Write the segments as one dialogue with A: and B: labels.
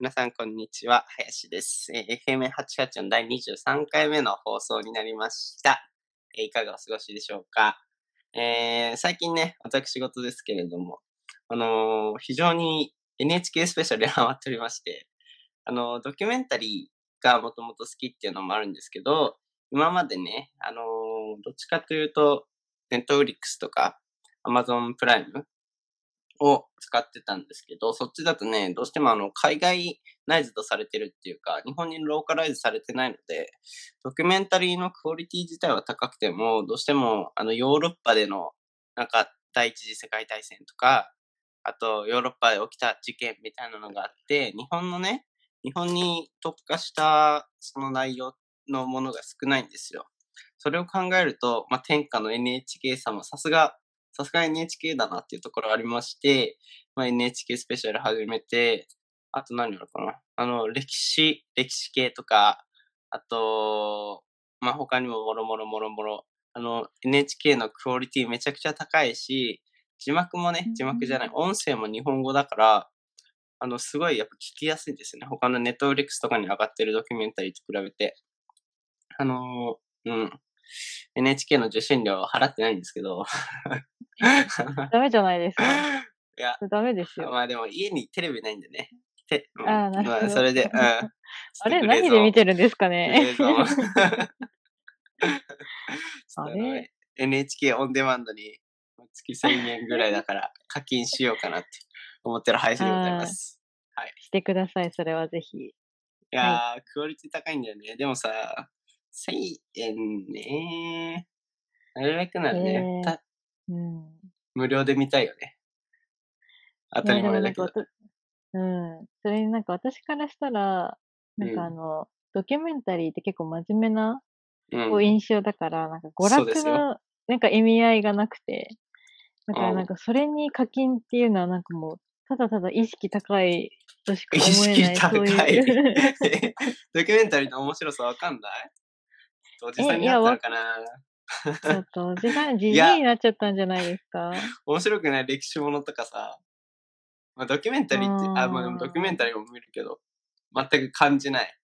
A: 皆さん、こんにちは。林です。えー FM88 の第23回目の放送になりました。えーいかがお過ごしでしょうか。えー最近ね、私事ですけれども、あのー非常に NHK スペシャルに ハマっておりまして、あのードキュメンタリーがもともと好きっていうのもあるんですけど、今までね、あのーどっちかというと、Netflix とか Amazon プライムを使ってたんですけど、そっちだとね、どうしてもあの、海外ナイズとされてるっていうか、日本にローカライズされてないので、ドキュメンタリーのクオリティ自体は高くても、どうしてもあの、ヨーロッパでの、なんか、第一次世界大戦とか、あと、ヨーロッパで起きた事件みたいなのがあって、日本のね、日本に特化した、その内容のものが少ないんですよ。それを考えると、まあ、天下の NHK さんもさすがさすが NHK だなっていうところありまして、まあ、NHK スペシャル始めて、あと何やるかなあの、歴史、歴史系とか、あと、まあ、他にももろもろもろもろ、あの、NHK のクオリティめちゃくちゃ高いし、字幕もね、字幕じゃない、音声も日本語だから、あの、すごいやっぱ聞きやすいですね。他のネットフリックスとかに上がってるドキュメンタリーと比べて。あのーうん。NHK の受信料は払ってないんですけど。
B: ダメじゃないですか。
A: いや、
B: ダメですよ。
A: まあでも家にテレビないんでね。てうん
B: あーなるほど
A: まあそれで、うん。
B: あれ、何で見てるんですかね。
A: ちょ っとグレーゾーンちょ
B: あ
A: っと
B: れ
A: ?NHK オンデマンドに月1000円ぐらいだ から課金しようかなって思ってる配信でございます。
B: してください、それはぜひ。
A: いやー、クオリティ高いんだよね。でもさ、1000円ねなるべくならね、
B: ねー
A: た
B: うん。
A: 無料で見たいよね。当たり前だけど
B: いや。でもなんかわたうん。それになんか私からしたら、なんかあの、ドキュメンタリーって結構真面目な
A: うん
B: こう印象だから、なんか娯
A: そうです
B: 楽
A: よ
B: のなんか意味合いがなくて、だから
A: うん
B: なんかそれに課金っていうのはなんかもう、ただただ意識高いとしか
A: 意
B: 思えない。
A: 識高い。
B: そういう
A: ドキュメンタリーの面白さわかんないちょっとおじさんになったのかな
B: ちょっとおじさん、じじい
A: いや
B: になっちゃったんじゃないですか。
A: 面白くない歴史ものとかさ、まあ、ドキュメンタリーって、あまあでもドキュメンタリーも見るけど、全く感じない。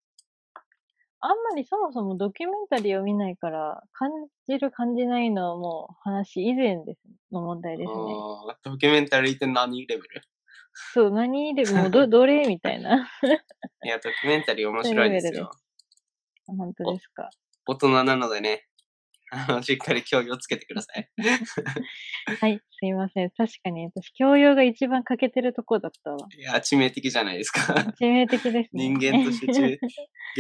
B: あんまりそもそもドキュメンタリーを見ないから、感じる感じないのはもう話以前ですの問題ですね。
A: うんドキュメンタリーって何レベル
B: そう、何でも うど、どれみたいな。
A: いや、ドキュメンタリー面白いです
B: そういうレベル
A: よ。
B: 本当ですか。
A: 大人なのでね、あの、しっかり教養つけてください。
B: はい、すいません。確かに私、教養が一番欠けてるとこだったわ。
A: いや、致命的じゃないです か。
B: 致命的ですね。
A: 人間として致、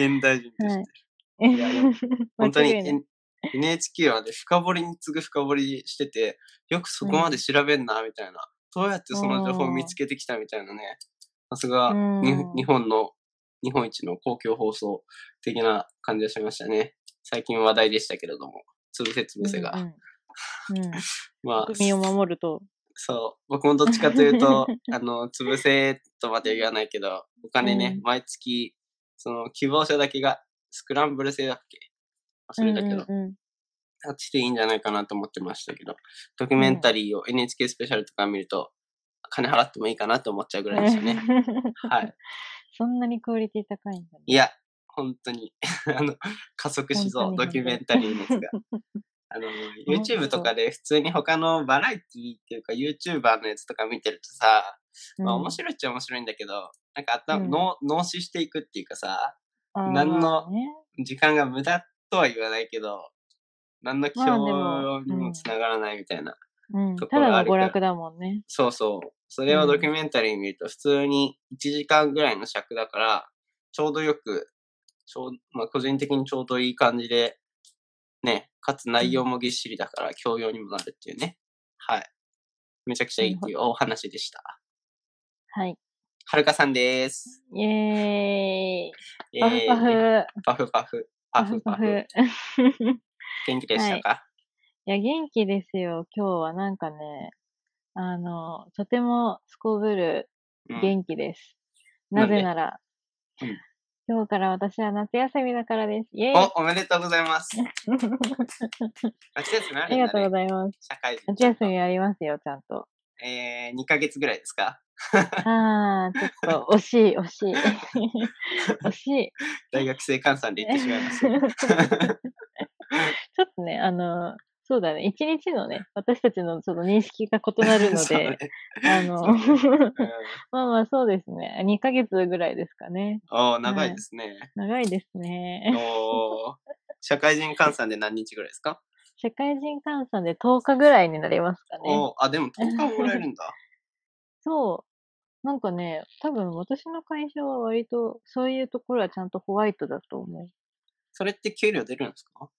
A: 現代人として。
B: はい
A: いやでも 本当に
B: 間違いない
A: N- NHK はね、深掘りに次ぐ深掘りしてて、よくそこまで調べんな、みたいな。どうやってその情報を見つけてきたみたいなね。さすが、に
B: うん
A: 日本の、日本一の公共放送的な感じがしましたね。最近話題でしたけれども、潰せ潰せが。
B: うん うんうん
A: まあ、
B: 国民を守ると。
A: そう、僕もどっちかというと、 あの、潰せとまでは言わないけど、お金ね、
B: うん
A: 毎月、その、希望者だけが、スクランブル制だっけ忘れたけど、
B: うんうんうん
A: あっちでいいんじゃないかなと思ってましたけど、ドキュメンタリーを NHK スペシャルとか見ると、金払ってもいいかなと思っちゃうぐらいでしたね。 はい。
B: そんなにクオリティ高いんだね。
A: いや、本当に、 あの、加速しそ
B: 本
A: う、
B: 当
A: ド
B: に
A: キュメンタリーのやつ が。あの、
B: 本当
A: YouTube とかで普通に他のバラエティっていうか YouTuber のやつとか見てるとさ、まあ面白いっちゃ面白いんだけど、なんか頭、
B: うん
A: 脳脳死していくっていうかさ、
B: うんあー
A: 何の
B: まあね
A: 時間が無駄とは言わないけど、何の教
B: まあでも
A: 養に
B: う
A: も
B: ん
A: つながらないみたいな。
B: うん、
A: と
B: た
A: ころあ
B: だ
A: る
B: の
A: か
B: 娯
A: ら
B: 楽だもんね。
A: そうそう。それを
B: うん
A: ドキュメンタリー見ると普通に1時間ぐらいの尺だから、ちょうどよく、ちょうまあ、個人的にちょうどいい感じで、ね、かつ内容もぎっしりだから教養にもなるっていうね。はい。めちゃくちゃいいっていうお話でした。
B: はい。
A: はるかさんです。
B: イエーイ。
A: え
B: パフパ
A: ー
B: フ。
A: パフパフ。パフパフ。。元気でしたか、
B: いや、元気ですよ。今日はなんかね、あの、とてもすこぶる
A: うん
B: 元気です。
A: な
B: なん
A: で
B: ぜなら、
A: うん
B: 今日から私は夏休みだからです。イェイ
A: お、おめでとうございます。 夏休みあ
B: あ
A: る
B: り
A: ん
B: がとう
A: だね。
B: ございます。
A: 社会人。
B: 夏休みありますよ、ちゃんと。
A: えー、2ヶ月ぐらいですか
B: ああ、ちょっと惜しい、惜し い。惜しい。
A: 大学生換算で言ってしまいますよ。
B: ちょっとね、あの、そうだね、一日のね、私たちのその認識が異 なる の
A: そう
B: で
A: ね、
B: あ
A: そう
B: の、
A: ねうん
B: まあまあそうですね、2ヶ月ぐらいですかね。
A: おー、長いですね。
B: 長いですね。
A: おー、社会人換算で何日ぐらいですか
B: 社会人換算で10日ぐらいになりますかね。
A: おー、あ、でも10日もらえるんだ。
B: そう。なんかね、多分私の会社は割とそういうところはちゃんとホワイトだと思う。
A: それって給料出るんですか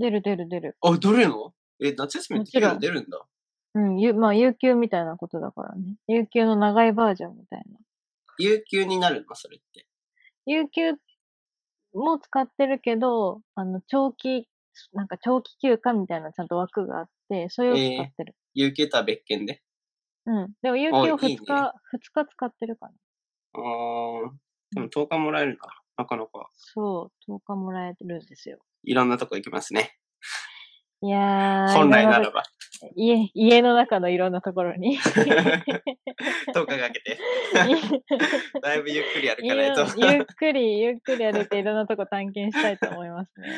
B: 出る出る出る。
A: あ、出るのえ、夏休みって給
B: もち
A: 料
B: ろん
A: 出るんだ。
B: うん、ゆまあ、有給みたいなことだからね。有給の長いバージョンみたいな。
A: 有給になるのそれって。
B: 有給も使ってるけど、あの、長期、なんか長期休暇みたいなちゃんと枠があって、それを使ってる。
A: 有給とは別件で。
B: うん。でも、有給
A: お
B: を2
A: いい
B: 日、
A: ね
B: 二日使ってるかな。
A: あー、でも10日もらえるか。なかなか。
B: そう、10日もらえてるんですよ。
A: いろんなとこ行きますね。
B: いやー、
A: 本来な
B: 今ま
A: ら
B: で
A: ば。
B: 家、家の中のいろんなところ に。
A: 10日かけて。だいぶゆっくり歩か ないと。
B: ゆゆっくり、ゆっくり歩いていろんなとこ探検したいと思いますね。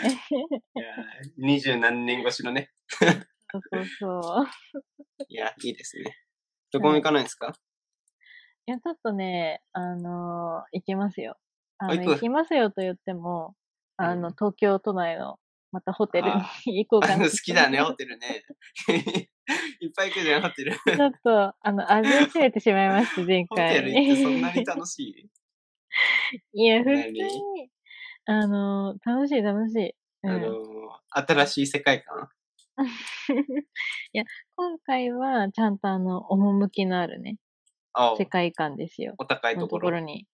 A: いやー二十何年越しのね。
B: そうそうそう。
A: いや、いいですね。どこも行かないんですか、
B: いや、ちょっとね、あのー行きますよ。あ
A: あ
B: の、
A: 行く
B: 行きますよと言っても、あの、
A: うん
B: 東京都内の、またホテル
A: あ
B: に行こうか
A: あの
B: な。
A: 好きだね、ホテルね。 いっぱい行くじゃん、ホテル。
B: ちょっと、あの、味を占めてしまいました、前
A: ホテ
B: 回。
A: ル行ってそんなに楽しい。
B: いや、普
A: 何
B: 通に、あのー楽しい、楽しい。う
A: あの
B: ん、
A: ー新しい世界観。
B: いや、今回は、ちゃんとあの、趣のあるね、
A: あ
B: 世界観ですよ。
A: お高い
B: の
A: と
B: と
A: こ
B: こ
A: ろ。
B: ろに。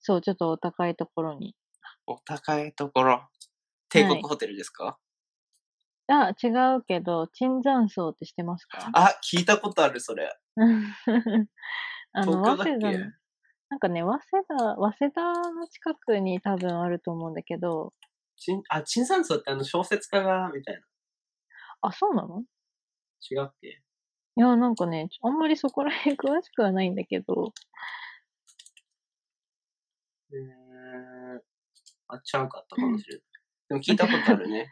B: そう、ちょっとお高いところに。
A: お高いところ。帝
B: は
A: 国
B: い
A: ホテルですか、
B: あ、違うけど、椿山荘って知ってますか
A: あ、聞いたことある、それ。
B: あの、
A: 東京
B: 早
A: だっ
B: 稲田の、
A: け
B: なんかね、早稲田、早稲田の近くに多分あると思うんだけど、
A: ちんあ、チンサンソってあの小説家が、みたいな。
B: あ、そうなの
A: 違うっけ
B: いや、なんかね、ちょあんまりそこら辺詳しくはないんだけど、
A: えーん。あ、ちゃうかったかも しれない。でも聞いたことあるね。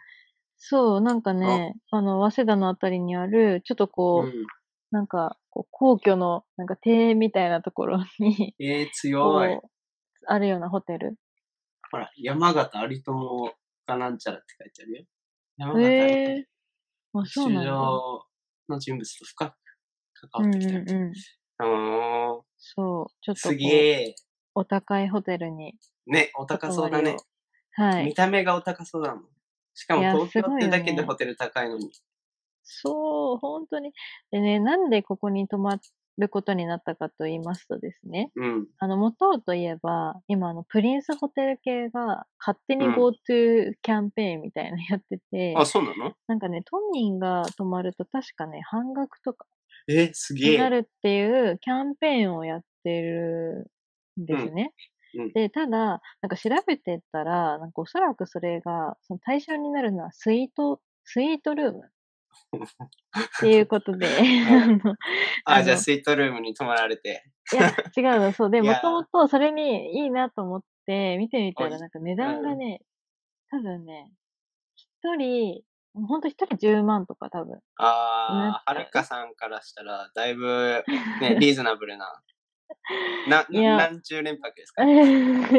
B: そう、なんかね、あの、早稲田のあたりにある、ちょっとこ
A: う
B: う、
A: ん。
B: なんか、こう皇居の、なんか庭園みたいなところに、
A: えー、
B: こ
A: 強い。
B: う、あるようなホテル。
A: ほら、山形有友がなんちゃらって書いてあるよ。山形
B: へ
A: 有
B: えー、あ、そう
A: 友。
B: なん
A: 首
B: だ。
A: 相の人物と深く
B: う
A: 関わっ
B: ん
A: て
B: う
A: きてる。
B: んう
A: う
B: ん。
A: ーん
B: そう、ちょっと
A: す
B: こ
A: げ
B: う、
A: え。
B: お高いホテルに、
A: ね、お高そうだね。
B: はい
A: 見。た目がお高そうだもん。しかも
B: いや
A: 東京
B: すご
A: っ
B: い
A: て
B: よ
A: だけで
B: ね
A: ホテル高いのに。
B: そう、本当に。でね、なんでここに泊まることになったかと言いますとですね、
A: うん。
B: あの、元々といえば、今、あの、プリンスホテル系が勝手に
A: うん
B: GoTo キャンペーンみたいなのやってて、
A: あ、そうなの
B: なんかね、都民が泊まると確かね、半額とか
A: え、すげ
B: にな
A: え。
B: るっていうキャンペーンをやってるんですね。
A: うんうん
B: で、ただ、なんか調べてったら、なんかおそらくそれが、その対象になるのはスイート、スイートルームっていうこと で、 あの、あ
A: あ、
B: の
A: じゃあスイートルームに泊まられて。
B: いや、違うの、そう。で、
A: い
B: も
A: や
B: ともとそれにいいなと思って、見てみた
A: お
B: ら、
A: い
B: なんか値段
A: う
B: が
A: ん
B: ね、多分ね、一人、ほんと一人10万とか多分。
A: あー、は
B: なっ
A: るかさんからしたら、だいぶ、ね、 リーズナブルな。な、
B: いや
A: な何十連泊ですか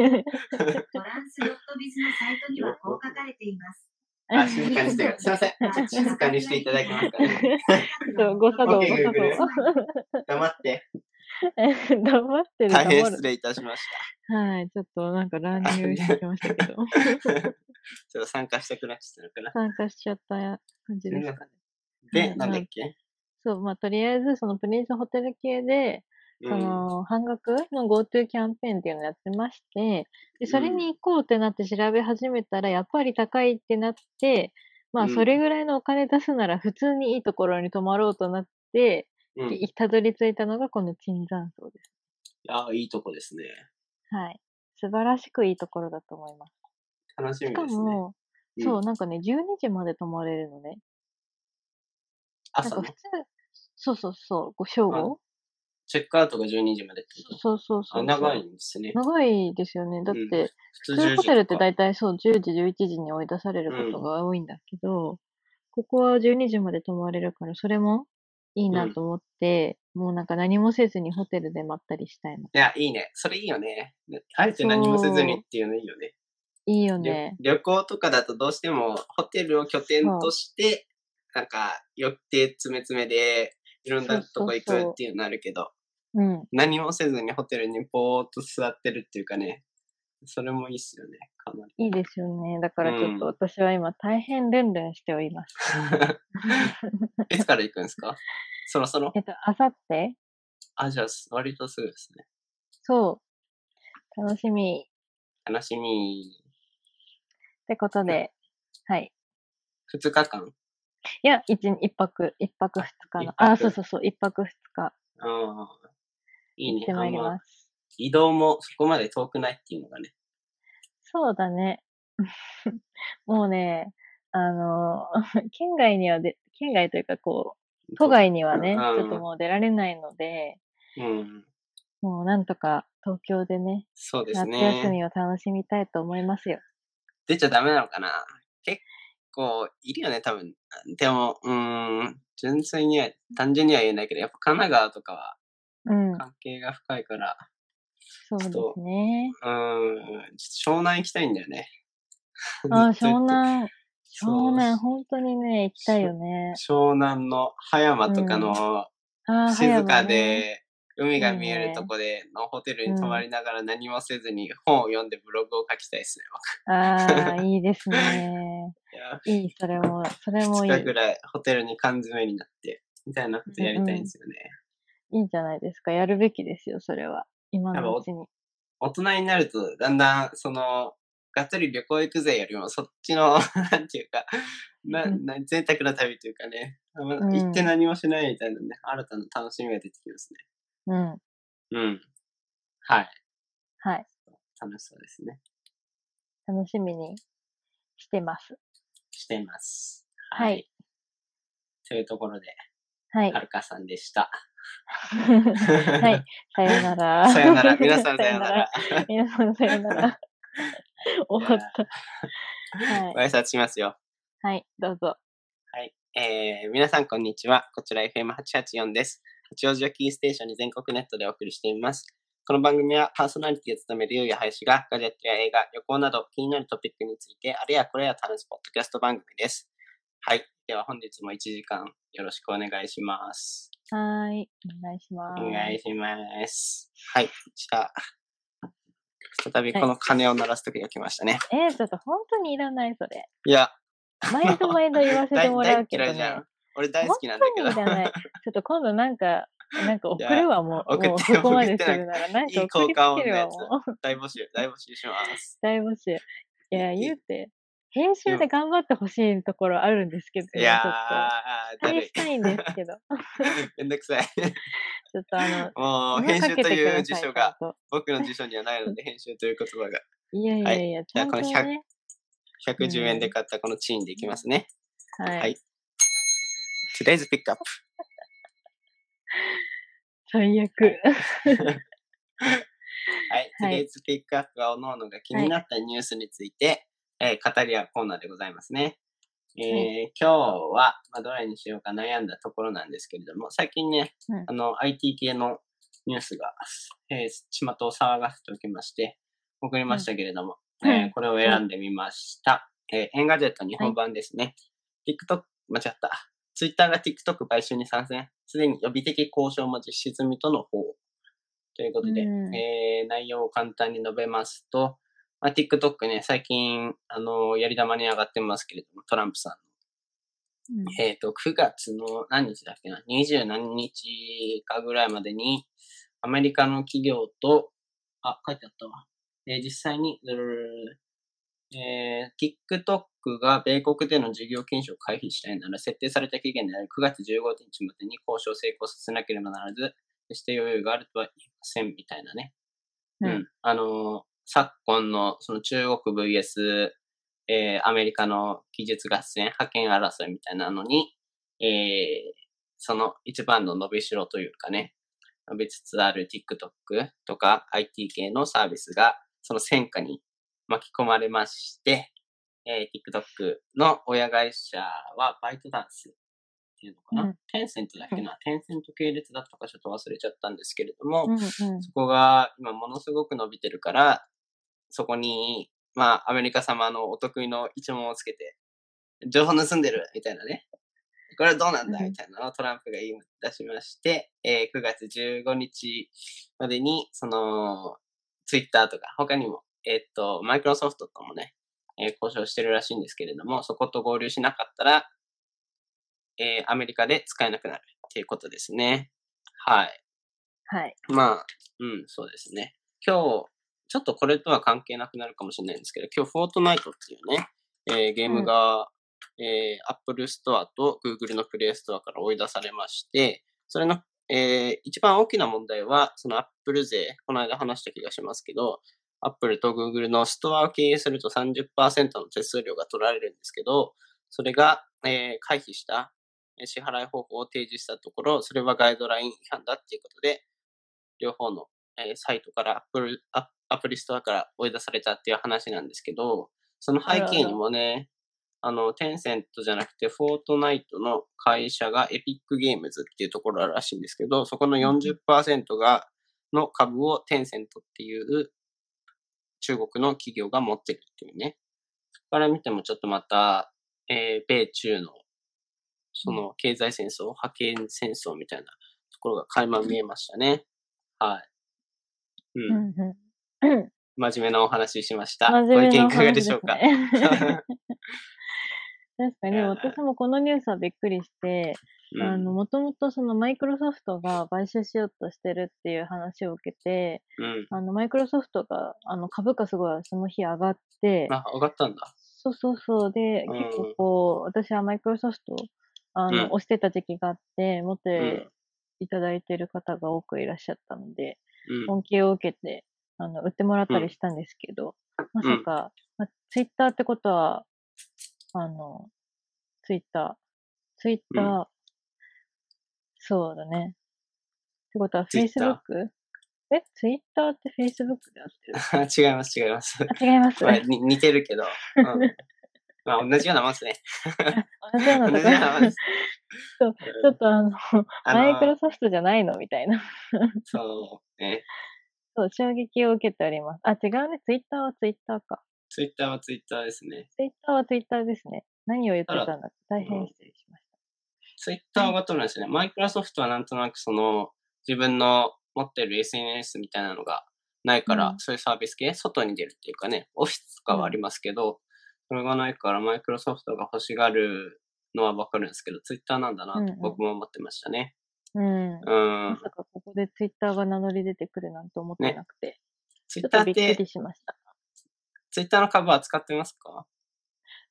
C: トランスロットビズのサイトにはこう書かれています。
A: あ、静かにしてください。すいません。ちょっと静かにしていただけますかね。
B: そう誤作
A: 動誤作動 黙って。
B: 黙ってる、
A: 大変
B: 黙
A: 失
B: る。
A: 礼いたしまし
B: はい、ちょっとなんか乱入してきましたけど、
A: た。ちょっと参加したくなっちゃったのかな。
B: 参加しちゃった感じですかね。
A: で、なんだっけ、
B: そう、まあ、とりあえず、そのプリンスホテル系で、
A: う
B: そ
A: ん、
B: の半額の GoTo キャンペーンっていうのをやってまして、でそれ
A: うん
B: に行こうってなって調べ始めたら、やっぱり高いってなって、ま
A: う
B: あ、
A: ん
B: それぐらいのお金出すなら普通にいいところに泊まろうとなって、
A: うん。い
B: いたどり着いたのがこの椿山荘です。
A: や、いいとこですね。
B: はい。素晴らしくいいところだと思います。
A: 楽しみ
B: し
A: です
B: か
A: ね。
B: も、
A: うん
B: そう、なんかね、12時まで泊まれるのね。なん
A: 朝
B: か
A: の
B: 普通、そうそうそう、こう正
A: あ
B: 午
A: チェックアウトが12時までってこと
B: そうそうそう。
A: あ長いんですね。
B: 長いですよね。だっ
A: うん
B: て、
A: 普
B: 普通ホテルって
A: 10時とか
B: 大体そう、10時、11時に追い出されることが多いんだけど、ここは12時まで泊まれるから、それもいいなと思って、もうなんか何もせずにホテルでまったりしたいの。
A: いや、いいね。それいいよね。あえて何もせずにっていうのいいよね。
B: いいよ
A: 旅
B: ね。
A: 旅行とかだとどうしてもホテルを拠点として、なんか予定詰め詰めでいろんなとこ行くっていうのあるけど、
B: うん。
A: 何もせずにホテルにぼーっと座ってるっていうかね、それもいいっすよね、かない
B: いですよね。だからちょっと
A: うん
B: 私は今大変ルンルンしております。
A: り。いつ から行くんですかそろそろ
B: えっと、あさって
A: あ、じゃあ割とすぐですね。
B: そう。楽しみ。
A: 楽しみ。
B: ってことで、はい。
A: 2日間
B: いや、一日一泊、一泊二日の。
A: あ
B: あ
A: 一泊
B: そうそうそう、一泊二日
A: うん。いい
B: 行っ
A: ね。
B: てまいり
A: あんま
B: ます。
A: 移動もそこまで遠くないっていうのがね。
B: そうだね。 もうね、あの、 県外にはで、県外というかこう、都外には
A: う
B: ね、
A: ん
B: ちょっともう出られないので、
A: うん。
B: もうなんとか東京でね、
A: そうです
B: 夏
A: ね。
B: 休みを楽しみたいと思いますよ。
A: 出ちゃダメなのかな結構いるよね、多分。でも、うーん、純粋には、単純には言えないけど、やっぱ神奈川とかは
B: うん、
A: 関係が深いから、
B: そうですね。
A: うーん、ちょっと湘南行きたいんだよね。
B: あー、
A: ずっと言
B: 湘
A: って
B: 南、
A: そう
B: 湘南、本当にね、行きたいよね。
A: 湘南の葉山とかの
B: あー
A: 静
B: 葉
A: か
B: 山ね
A: で、海が
B: いいね
A: 見えるとこでのホテルに泊まりながら何もせずに本を読んでブログを書きたいですね。
B: ああ、いいですね。
A: いや
B: いい、それも、それもいい。
A: 2日ぐらいホテルに缶詰になって、みたいなことやりたいんですよね。
B: いいんじゃないですか。やるべきですよ、それは。今
A: やっぱ
B: の
A: お
B: うちに。
A: 大人になると、だんだん、その、がっつり旅行行くぜよりも、そっちの、 なんていうか、な、
B: うん
A: な、贅沢な旅というかね、あんま
B: うん
A: 行って何もしないみたいなね、新たな楽しみが出てきます
B: うん。
A: ね。うん。はい。
B: はい。
A: 楽しそうですね。
B: 楽しみにしてます。
A: しています。
B: はい。
A: というところで、
B: はい。
A: はるかさんでした。
B: は。。
A: はい
B: さよな ら。
A: さよなら。皆さんさよなら。
B: 皆さんさよ なら。終わった。は
A: ご
B: い。
A: 挨拶しますよ。
B: はい、どうぞ。
A: えー皆さんこんにちは。こちら FM884 です。八王子をキーステーションに全国ネットでお送りしています。この番組はパーソナリティを務めるゆうや林がガジェットや映画、旅行など気になるトピックについて、あるいはこれらを話すポッドキャスト番組です。はい。では本日も1時間よろしくお願いします。
B: はーい。お願いしま
A: お
B: す。
A: 願いします。はい。じゃあ、再びこの鐘を鳴らす時が来ましたね。
B: えー、ちょっと本当にいらない、それ。
A: いや、
B: 毎度毎度言わせて
A: 大
B: もらう
A: 大
B: けど、
A: 嫌い
B: ね。
A: じゃん。俺大好きなんだけど。
B: 本当にいらない。ちょっと今度な んか、なんか送るわ、もう。
A: 送って
B: もうそこまで
A: 送
B: す
A: って
B: るなら、なん
A: いい
B: か
A: 交
B: 送り
A: 換
B: つ
A: 音
B: け
A: の
B: るわ、
A: やつ
B: もう。。
A: 大募集、大募集します。
B: 大募集。いや、
A: い
B: 言うて、編集で頑張ってほしいところあるんですけど、
A: いやー、
B: ちょっと。
A: だる
B: 大
A: い
B: し。たいんです けど、ち
A: めんどくさ い。
B: ょっとあの、
A: もう、
B: 手
A: 編
B: 間
A: 集
B: かけ
A: と
B: てく
A: いう
B: だ
A: 辞
B: さい
A: 書が、
B: ちゃんと
A: 僕の辞書にはないので、編集という言葉が
B: いやいやいや、ち
A: じゃ
B: ゃ
A: あ
B: ん
A: ことの100
B: ね。
A: 110円で買ったこのチーンでいきますね。
B: は
A: はいい。。Today's pick up.
B: 最悪。
A: はい。
B: はい
A: Today's pick up は、おのおのが気になったニュースについて、えー語り合うコーナーでございますね。えー今日は、まあ、どれにしようか悩んだところなんですけれども、最近ね、
B: うん
A: あの、IT 系のニュースが、えー、巷を騒がせておきまして、送りましたけれども、
B: うん
A: えー
B: うん
A: これを選んでみました。えーエンガジェット日本版ですね。TikTok、間違った。Twitter が TikTok 買収に参戦。すでに予備的交渉も実施済みとの方。ということで、
B: うん
A: えー内容を簡単に述べますと、まあ、TikTok ね、最近、あの、やり玉に上がってますけれども、トランプさん
B: うん
A: えっ、と、9月の何日だっけな、20何日かぐらいまでに、アメリカの企業と、あ、書いてあったわ。えー実際に、うーえー TikTok が米国での事業禁止を回避したいなら、設定された期限である9月15日までに交渉を成功させなければならず、決して余裕があるとは言いません、みたいなね。
B: うん
A: あのー昨今の、その中国 VS、えーアメリカの技術合戦、覇権争いみたいなのに、えーその一番の伸びしろというかね、べつつある TikTok とか IT 系のサービスがその戦火に巻き込まれまして、えー TikTok の親会社はバイトダンスっていうのかな、
B: うん
A: テンセントだっけな、テンセント系列だったかちょっと忘れちゃったんですけれども、
B: うんうん
A: そこが今ものすごく伸びてるから、そこに、まあ、アメリカ様のお得意の一問をつけて、情報盗んでるみたいなね。これはどうなんだ
B: うん
A: みたいなのをトランプが言い出しまして、えー9月15日までに、その、ツイッターとか、他にも、えーっと、マイクロソフトともね、えー交渉してるらしいんですけれども、そこと合流しなかったら、えーアメリカで使えなくなるっていうことですね。はい。
B: はい。
A: まあ、うん、そうですね。今日、ちょっとこれとは関係なくなるかもしれないんですけど、今日、フォートナイトっていうね、えーゲームが、えー Apple Store と Google の Play Store から追い出されまして、それの、えー一番大きな問題は、その Apple 税、この間話した気がしますけど、Apple と Google のストアを経営すると30%の手数料が取られるんですけど、それが、えー回避したえー支払い方法を提示したところ、それはガイドライン違反だっていうことで、両方の、えーサイトからアップルア、アプリストアから追い出されたっていう話なんですけど、その背景にもね、あの、テンセントじゃなくて、フォートナイトの会社がエピックゲームズっていうところらしいんですけど、そこの40%が、の株をテンセントっていう中国の企業が持ってるっていうね。そこから見てもちょっとまた、えー米中のその経済戦争、覇権戦争みたいなところが垣間見えましたね。はい。
B: う
A: うんん。
B: うん。
A: 真面目なお話ししました。
B: 真
A: ご意
B: 面目
A: 見
B: なお
A: いかが
B: 話
A: ですしょうか。
B: ね 確か
A: い
B: に、
A: や
B: 私もこのニュースはびっくりして、
A: うん
B: あの、もともとそのマイクロソフトが買収しようとしてるっていう話を受けて、
A: うん。
B: あの、マイクロソフトが、あの、株価すごいその日上がって、
A: あ、上がったんだ。
B: そうそうそう。で、
A: うん
B: 結構こう、私はマイクロソフト、あの、
A: うん
B: 押してた時期があって、持っ
A: うん
B: ていただいてる方が多くいらっしゃったので、
A: うん。
B: 恩恵を受けて、あの、売ってもらった
A: うん
B: りしたんですけど、まさか、まツイッターってことは、あの、ツイッター、ツイッター、
A: う
B: そうだね。ってことは、
A: Twitter
B: Facebook? え、ツイッターって Facebook であって る
A: 違います、違います。
B: あ 違います。
A: まあ、に似てるけど。うん、まあ、同じようなもんですね。
B: 同じような
A: 同
B: とこ
A: じようなもんです。
B: そうちょっとあの、
A: あの
B: マイクロソフトじゃないのみたいな。
A: そうね。
B: そう、衝撃を受けております。あ、違うね。ツイッターはツイッターか。
A: ツイッターはツイッターですね。
B: ツイッターはツイッターですね。何を言ってたんだっけ大
A: うん
B: 変失礼しまし
A: ツイッターが取るんですね。マイクロソフトはなんとなくその、自分の持ってる SNS みたいなのがないから、
B: うん
A: そういうサービス系、外に出るっていうかね、オフィスとかはありますけど、それがないから、マイクロソフトが欲しがるのはわかるんですけど、ツイッターなんだな
B: うんう
A: と
B: ん
A: 僕も思ってましたね。
B: た。うん。
A: うん。
B: まさかここでツイッターが名乗り出てくるなんて思ってなくて、
A: ツイ
B: ちょ
A: ッ
B: っ
A: タ
B: と
A: ーっ
B: びっく
A: て、
B: りしました。
A: ツイッターの株は使ってますか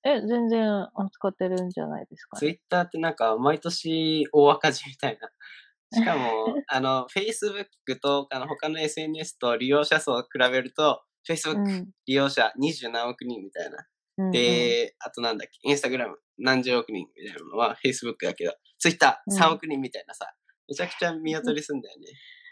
B: え、全然あ使ってるんじゃないですか
A: ツイ
B: ね。
A: ッターってなんか毎年大赤字みたいな。 しかも、あの、Facebook とあの他の SNS と利用者層を比べると、
B: う
A: Facebook
B: ん
A: 利用者20何億人みたいな。
B: うんうん。
A: で、あとなんだっけ、Instagram 何十億人みたいなのは Facebook だけど、
B: うん
A: Twitter3 億人みたいなさ、めちゃくちゃ見劣りすんだよね。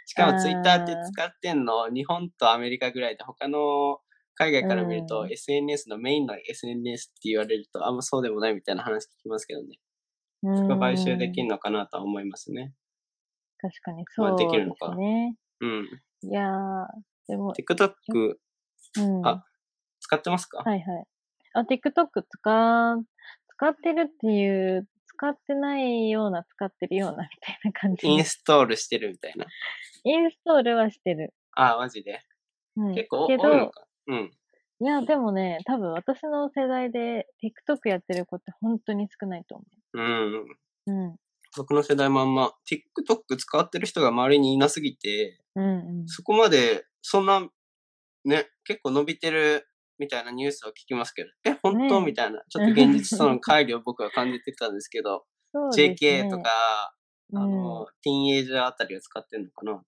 A: しかも
B: あー
A: Twitter って使ってんの、日本とアメリカぐらいで、他の海外から見ると
B: うん
A: SNS のメインの SNS って言われると、あんまそうでもないみたいな話聞きますけどね。
B: うん
A: が買収できるのかなとは思いますね。
B: 確かに
A: まあ
B: そう
A: で
B: で
A: きるのか
B: すね。
A: うん。
B: いやー、でも、
A: TikTok
B: うん。
A: あ使ってますか、
B: はいはい。あ、TikTok 使う、使ってるっていう、使ってないような、使ってるようなみたいな感じ。
A: イ
B: イ
A: ンストールしてるみたいな。
B: ンストールはしてる。
A: ああ、マジで。
B: うん、
A: 結構多い
B: け
A: の
B: ど、
A: か。うん。
B: いや、でもね、多分私の世代で TikTok やってる子って本当に少ないと思
A: うん。
B: う。うん。
A: 僕の世代もあんま、TikTok 使ってる人が周りにいなすぎて、
B: うんうん。
A: そこまで、そんな、ね、結構伸びてるみたいなニュースを聞きますけど、え、本当、
B: ねえ
A: みたいな、ちょっと現実との乖離を僕は感じてたんですけど、
B: そうですね
A: JK と、か、あの、ティーンエイジャーあたりを使ってるのかな。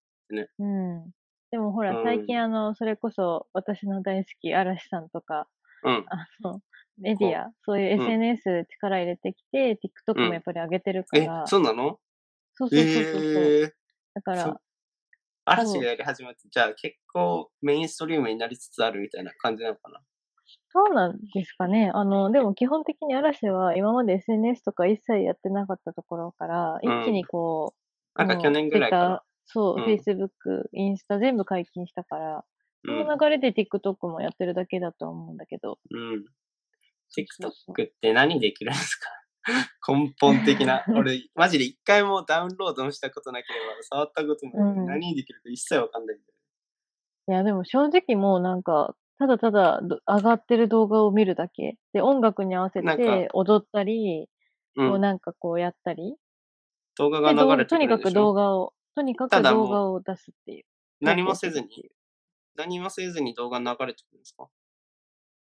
B: うん。うん。でもほ
A: う
B: ら、
A: ん
B: 最近あの、それこそ私の大好き嵐さんとか、
A: うん。
B: あの、メディア、そういう
A: うん
B: SNS 力入れてきて、TikTok もやっぱり上げてるか
A: え
B: ら、、
A: そうなの
B: そうそうそうそう。
A: ええー。
B: だから、
A: 嵐がやり始めて、じゃあ結構メインストリームになりつつあるみたいな感じなのかな。
B: そうなんですかね。あの、でも基本的に嵐は今まで SNS とか一切やってなかったところから、
A: うん
B: 一気にこう、
A: なんか
B: もう
A: 去年ぐらいかな
B: Twitter そう、
A: うん
B: Facebook、インスタ全部解禁したから、
A: う
B: そ
A: ん
B: の流れで TikTok もやってるだけだと思うんだけど。
A: うん。
B: そうそう
A: TikTok って何できるんですか 根本的 な。俺、マジで一回もダウンロードもしたことなければ、触ったこともない、
B: うん
A: 何にできるか一切わかんないんだよ
B: いや、でも正直もうなんか、ただただど上がってる動画を見るだけ。で、音楽に合わせ
A: なん
B: て
A: か
B: 踊ったり、
A: ね。
B: こ
A: う。
B: うんなんかこうやったり。
A: 動画
B: でど
A: が
B: う
A: 流れて
B: と
A: く
B: に
A: る
B: か
A: んで
B: く
A: しょ
B: 動画を、とにか
A: た
B: く
A: だもう
B: 動画を出すっていう。
A: 何もせずに
B: やっていくっていう。
A: 何もせずに動画流れてくるんですか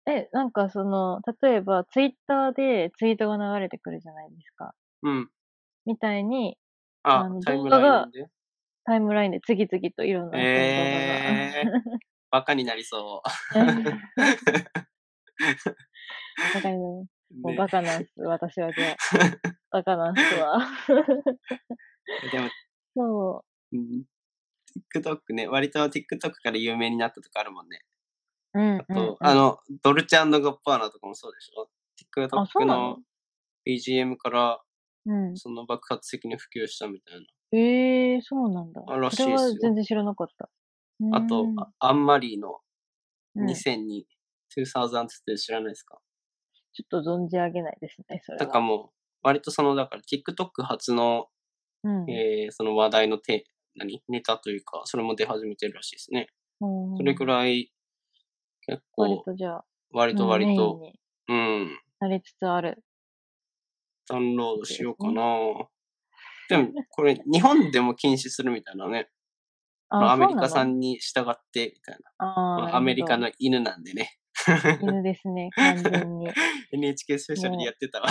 B: え、なんかその、例えばツイッターでツイートが流れてくるじゃないですか。
A: うん。
B: みたいに、あ
A: あ
B: の、
A: タイム
B: 動画が
A: ラインで。
B: タイムラインで次々といろんな人の動画が。
A: えー、バカになりそ
B: わかりま
A: う。
B: す。もう
A: ね
B: バカなんす、私は じゃあ。バカなんすわ。
A: でも、
B: そ
A: うん TikTok ね、割と TikTok から有名になったとかあるもんね。
B: う。うん、うん。
A: あと、
B: うん
A: あの、ドルチェガッパーナとかもそうでしょ
B: あそ
A: ?TikTok
B: うなの
A: の BGM から
B: うん。
A: その爆発的に普及したみたい
B: ええー、そうなんだ。
A: あらしい
B: それ
A: っす
B: は
A: よ
B: 全然知らなかった。
A: な。あと
B: うん、
A: あアンマリーの
B: うんちょ
A: 2002、2000って知らないですか
B: っと存じ上げないですね、それは。
A: なんかもう、割とその、だから TikTok 初の、
B: うん。
A: えーその話題の手、何ネタというか、それも出始めてるらしいですね。
B: そ
A: それく
B: い、
A: らい、結
B: 割
A: 構、
B: とじゃあ、
A: 割と
B: うんメ
A: 割
B: イン
A: と、
B: に
A: うん、
B: なりつつある。
A: ダウンロードしようかな。でも、これ、日本でも禁止するみたいなね。まあ
B: あ、
A: アメリカ
B: そうなの
A: 産に従って、みたいな。
B: あー、
A: ま
B: なる
A: あ
B: ほ
A: アメリカ
B: ど
A: の犬なんで ね。
B: 犬で すね、完全に。
A: NHK スペシャルでやってたわ。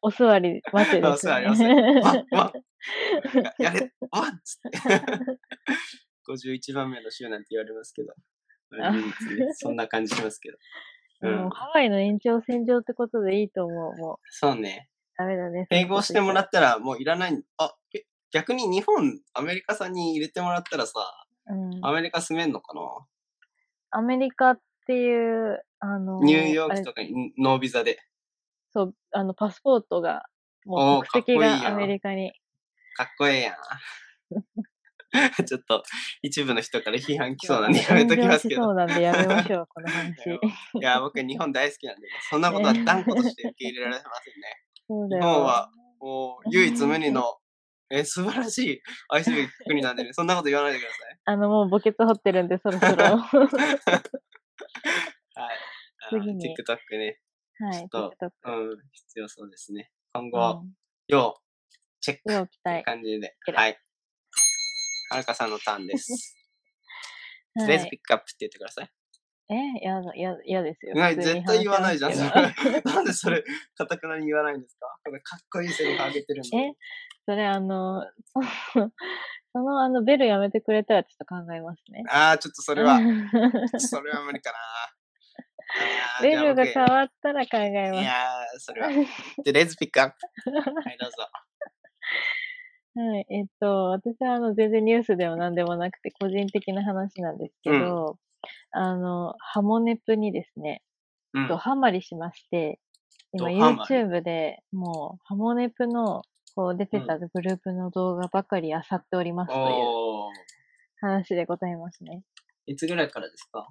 B: お座り待てです、ね。
A: お座りわっ わっやれわっつって。51番目の週なんて言われますけど。
B: あ
A: うんそんな感じしますけど。 う。
B: もうんハワイの延長線上ってことでいいと思う。もう
A: そうね。
B: ダメだね。
A: 併合してもら
B: っ
A: ったらもういらない。あ、え逆に日本、アメリカさんに入れてもらったらさ、
B: うん、
A: アメリカ住めんのかな
B: アメリカっていう、あの、
A: ニューヨー
B: あ
A: ク
B: れ
A: とかにノービザで。
B: そう、あの、パスポートが、
A: お
B: も
A: ー
B: う国籍
A: かっこいい
B: が
A: や
B: ア
A: ん
B: メリカに。
A: かっこええやん。 ちょっと一部の人から批判来そうなんでやめ
B: 炎
A: ときま
B: 上
A: す
B: し
A: け
B: そ
A: ど。
B: うなんでやめましょう、この話。
A: いや、僕日本大好きなんで、そんなことは断固として受け入れられませんね。
B: そうだ
A: 日
B: よ。
A: 本はもう唯一無二の、え素晴らしい愛すべき国なん でね、そんなこと言わないでくだ
B: あの、もうボケツ掘ってるんで、そろそ ろ。
A: さい。はい。あ
B: 次に
A: TikTok ね、
B: はい、
A: ちょっ
B: TikTok
A: うん、必要そうですね。今後は
B: う、ん
A: 要チェックっ
B: 要期
A: て
B: 待。
A: 感じで。
B: はい
A: はい。はるかさんのターンです。とりあえ
B: は
A: ず
B: い
A: ピックアップって言ってください。
B: え、やだ、や、嫌ですよ。
A: いや
B: 普通に
A: 絶対言わないじゃん、
B: 話
A: そ
B: し
A: れ
B: てま す。
A: なんでそれ、かたくなに言わないんですかこれかっこいいセリフあげてる
B: け
A: の
B: ど え
A: に。、
B: それあの、その、 そのあの、ベルやめてくれたらちょっと考えますね。
A: ああ、ちょっとそれは、
B: ベ
A: それは無理 かな。あー
B: ルが
A: じ
B: 変
A: ゃあ
B: わったら考え
A: 僕い
B: ます。
A: やー、それは。で、レズピック アップ。はい、どうぞ。
B: はい。えっと、私はあの、全然ニュースでも何でもなくて、個人的な話なんですけど、あの、ハモネプにですね、
A: うん
B: ドハマりしまして、今
A: ドハマり
B: YouTube でもう、ハモネプの、こう、出てたグループの動画ばかり漁っておりますという
A: おー。
B: 話でございますね。
A: いつぐらいからですか。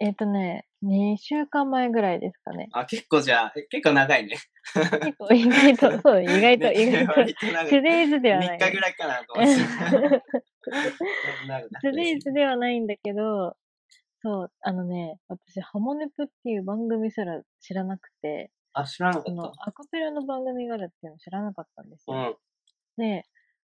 B: えっ、とね、2週間前ぐらいですかね
A: あ、結構じゃあ、え結構長いね。
B: 結構意 外と、そう、意外と、
A: ね
B: 意外と。
A: 割と 長い。
B: トゥデイズではない。
A: 3日ぐらいかなと思 って。
B: トゥデイズではないんだけど、そう、あのね、私、ハモネプっていう番組すら知らなくて、
A: あ、知らなかっ
B: あの、アカペラの番組があるっていうの知らなかったんです
A: た。う
B: よ。
A: ん。
B: で、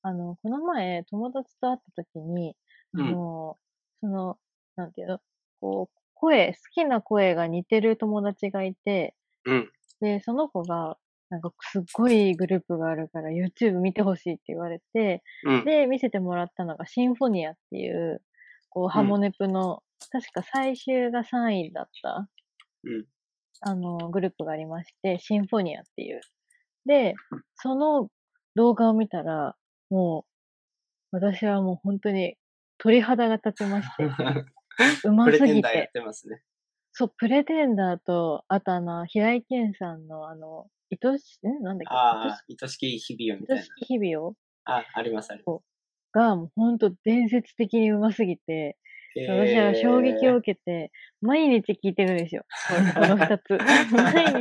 B: あの、この前、友達と会った時に、
A: う
B: あ
A: ん
B: の、その、なんていうの、こう、声、好きな声が似てる友達がいて、
A: うん。
B: で、その子が、なんか、すっごいいいグループがあるから、YouTube 見てほしいって言われて、
A: うん。
B: で、見せてもらったのが、シンフォニアっていう、こう、ハモネプの、確か最終が3位だった、
A: うん
B: あの、グループがありまして、シンフォニアっていう。で、その動画を見たら、もう、私はもう本当に鳥肌が立ちまし て、
A: プ
B: うます
A: レテン
B: ぎ。
A: ダーやっててますね。
B: そう、プレテンダーと、あとあの、平井堅さんのあの、愛し、んなんだっ
A: ああ、愛しき日々をみた
B: け
A: い
B: 愛しき日々を
A: な。あ、ありますありま
B: が、もう本当伝説的にうますぎて、
A: す。
B: 私は衝撃を受けて、毎日聞いてるんですよ。この二 つ。毎日。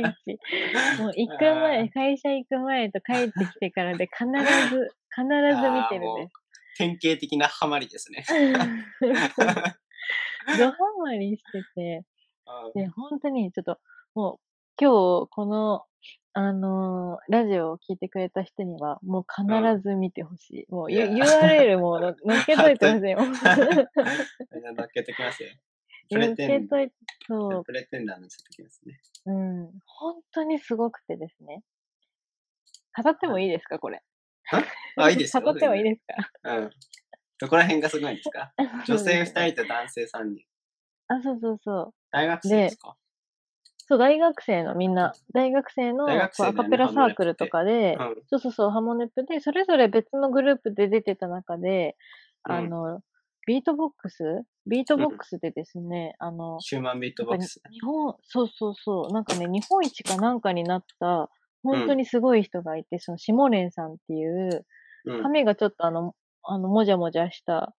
B: もう行く前、会社行く前と帰ってきてからで必ず、必ず見てるんで す。
A: 典型的なハマりですね。
B: ドハマりしてて、で、本当にちょっと、もう、今日、この、あのーラジオを聞いてくれた人には、もう必ず見てほしい。もう、
A: いや
B: U- URL もの載っけといてほ
A: み
B: しい。
A: んな乗っけとき ますよ。プ
B: 載
A: レ
B: っ
A: テ
B: け
A: ンダ
B: といて、そ
A: ー。プレテンダー乗せとき ますね。
B: う、うん。本当にすごくてですね。語ってもいいですか、これ。
A: あ、いいですよ。
B: 語ってもいいですか
A: うん。どこら辺がすごいんです か女性2人と男性3人。
B: あ、そうそうそう。
A: 大学生ですか
B: そう、大学生のみんな、大学生の
A: 大学
B: こう
A: 生だよ
B: ア
A: ね
B: カペラサークルとかで
A: う、ん。
B: そうそうそう、ハモネプで、それぞれ別のグループで出てた中で、
A: うん
B: あの、ビートボックスビートボックスでですね、あの、
A: ヒューマンビート
B: なん
A: ボ
B: か
A: ック
B: に
A: ス。
B: 日本、そうそうそう、なんかね、日本一かなんかになった、本当にすごい人がいて、その、シモレンさんっていう、
A: うん。
B: 髪がちょっとあの、あの、もじゃもじゃした、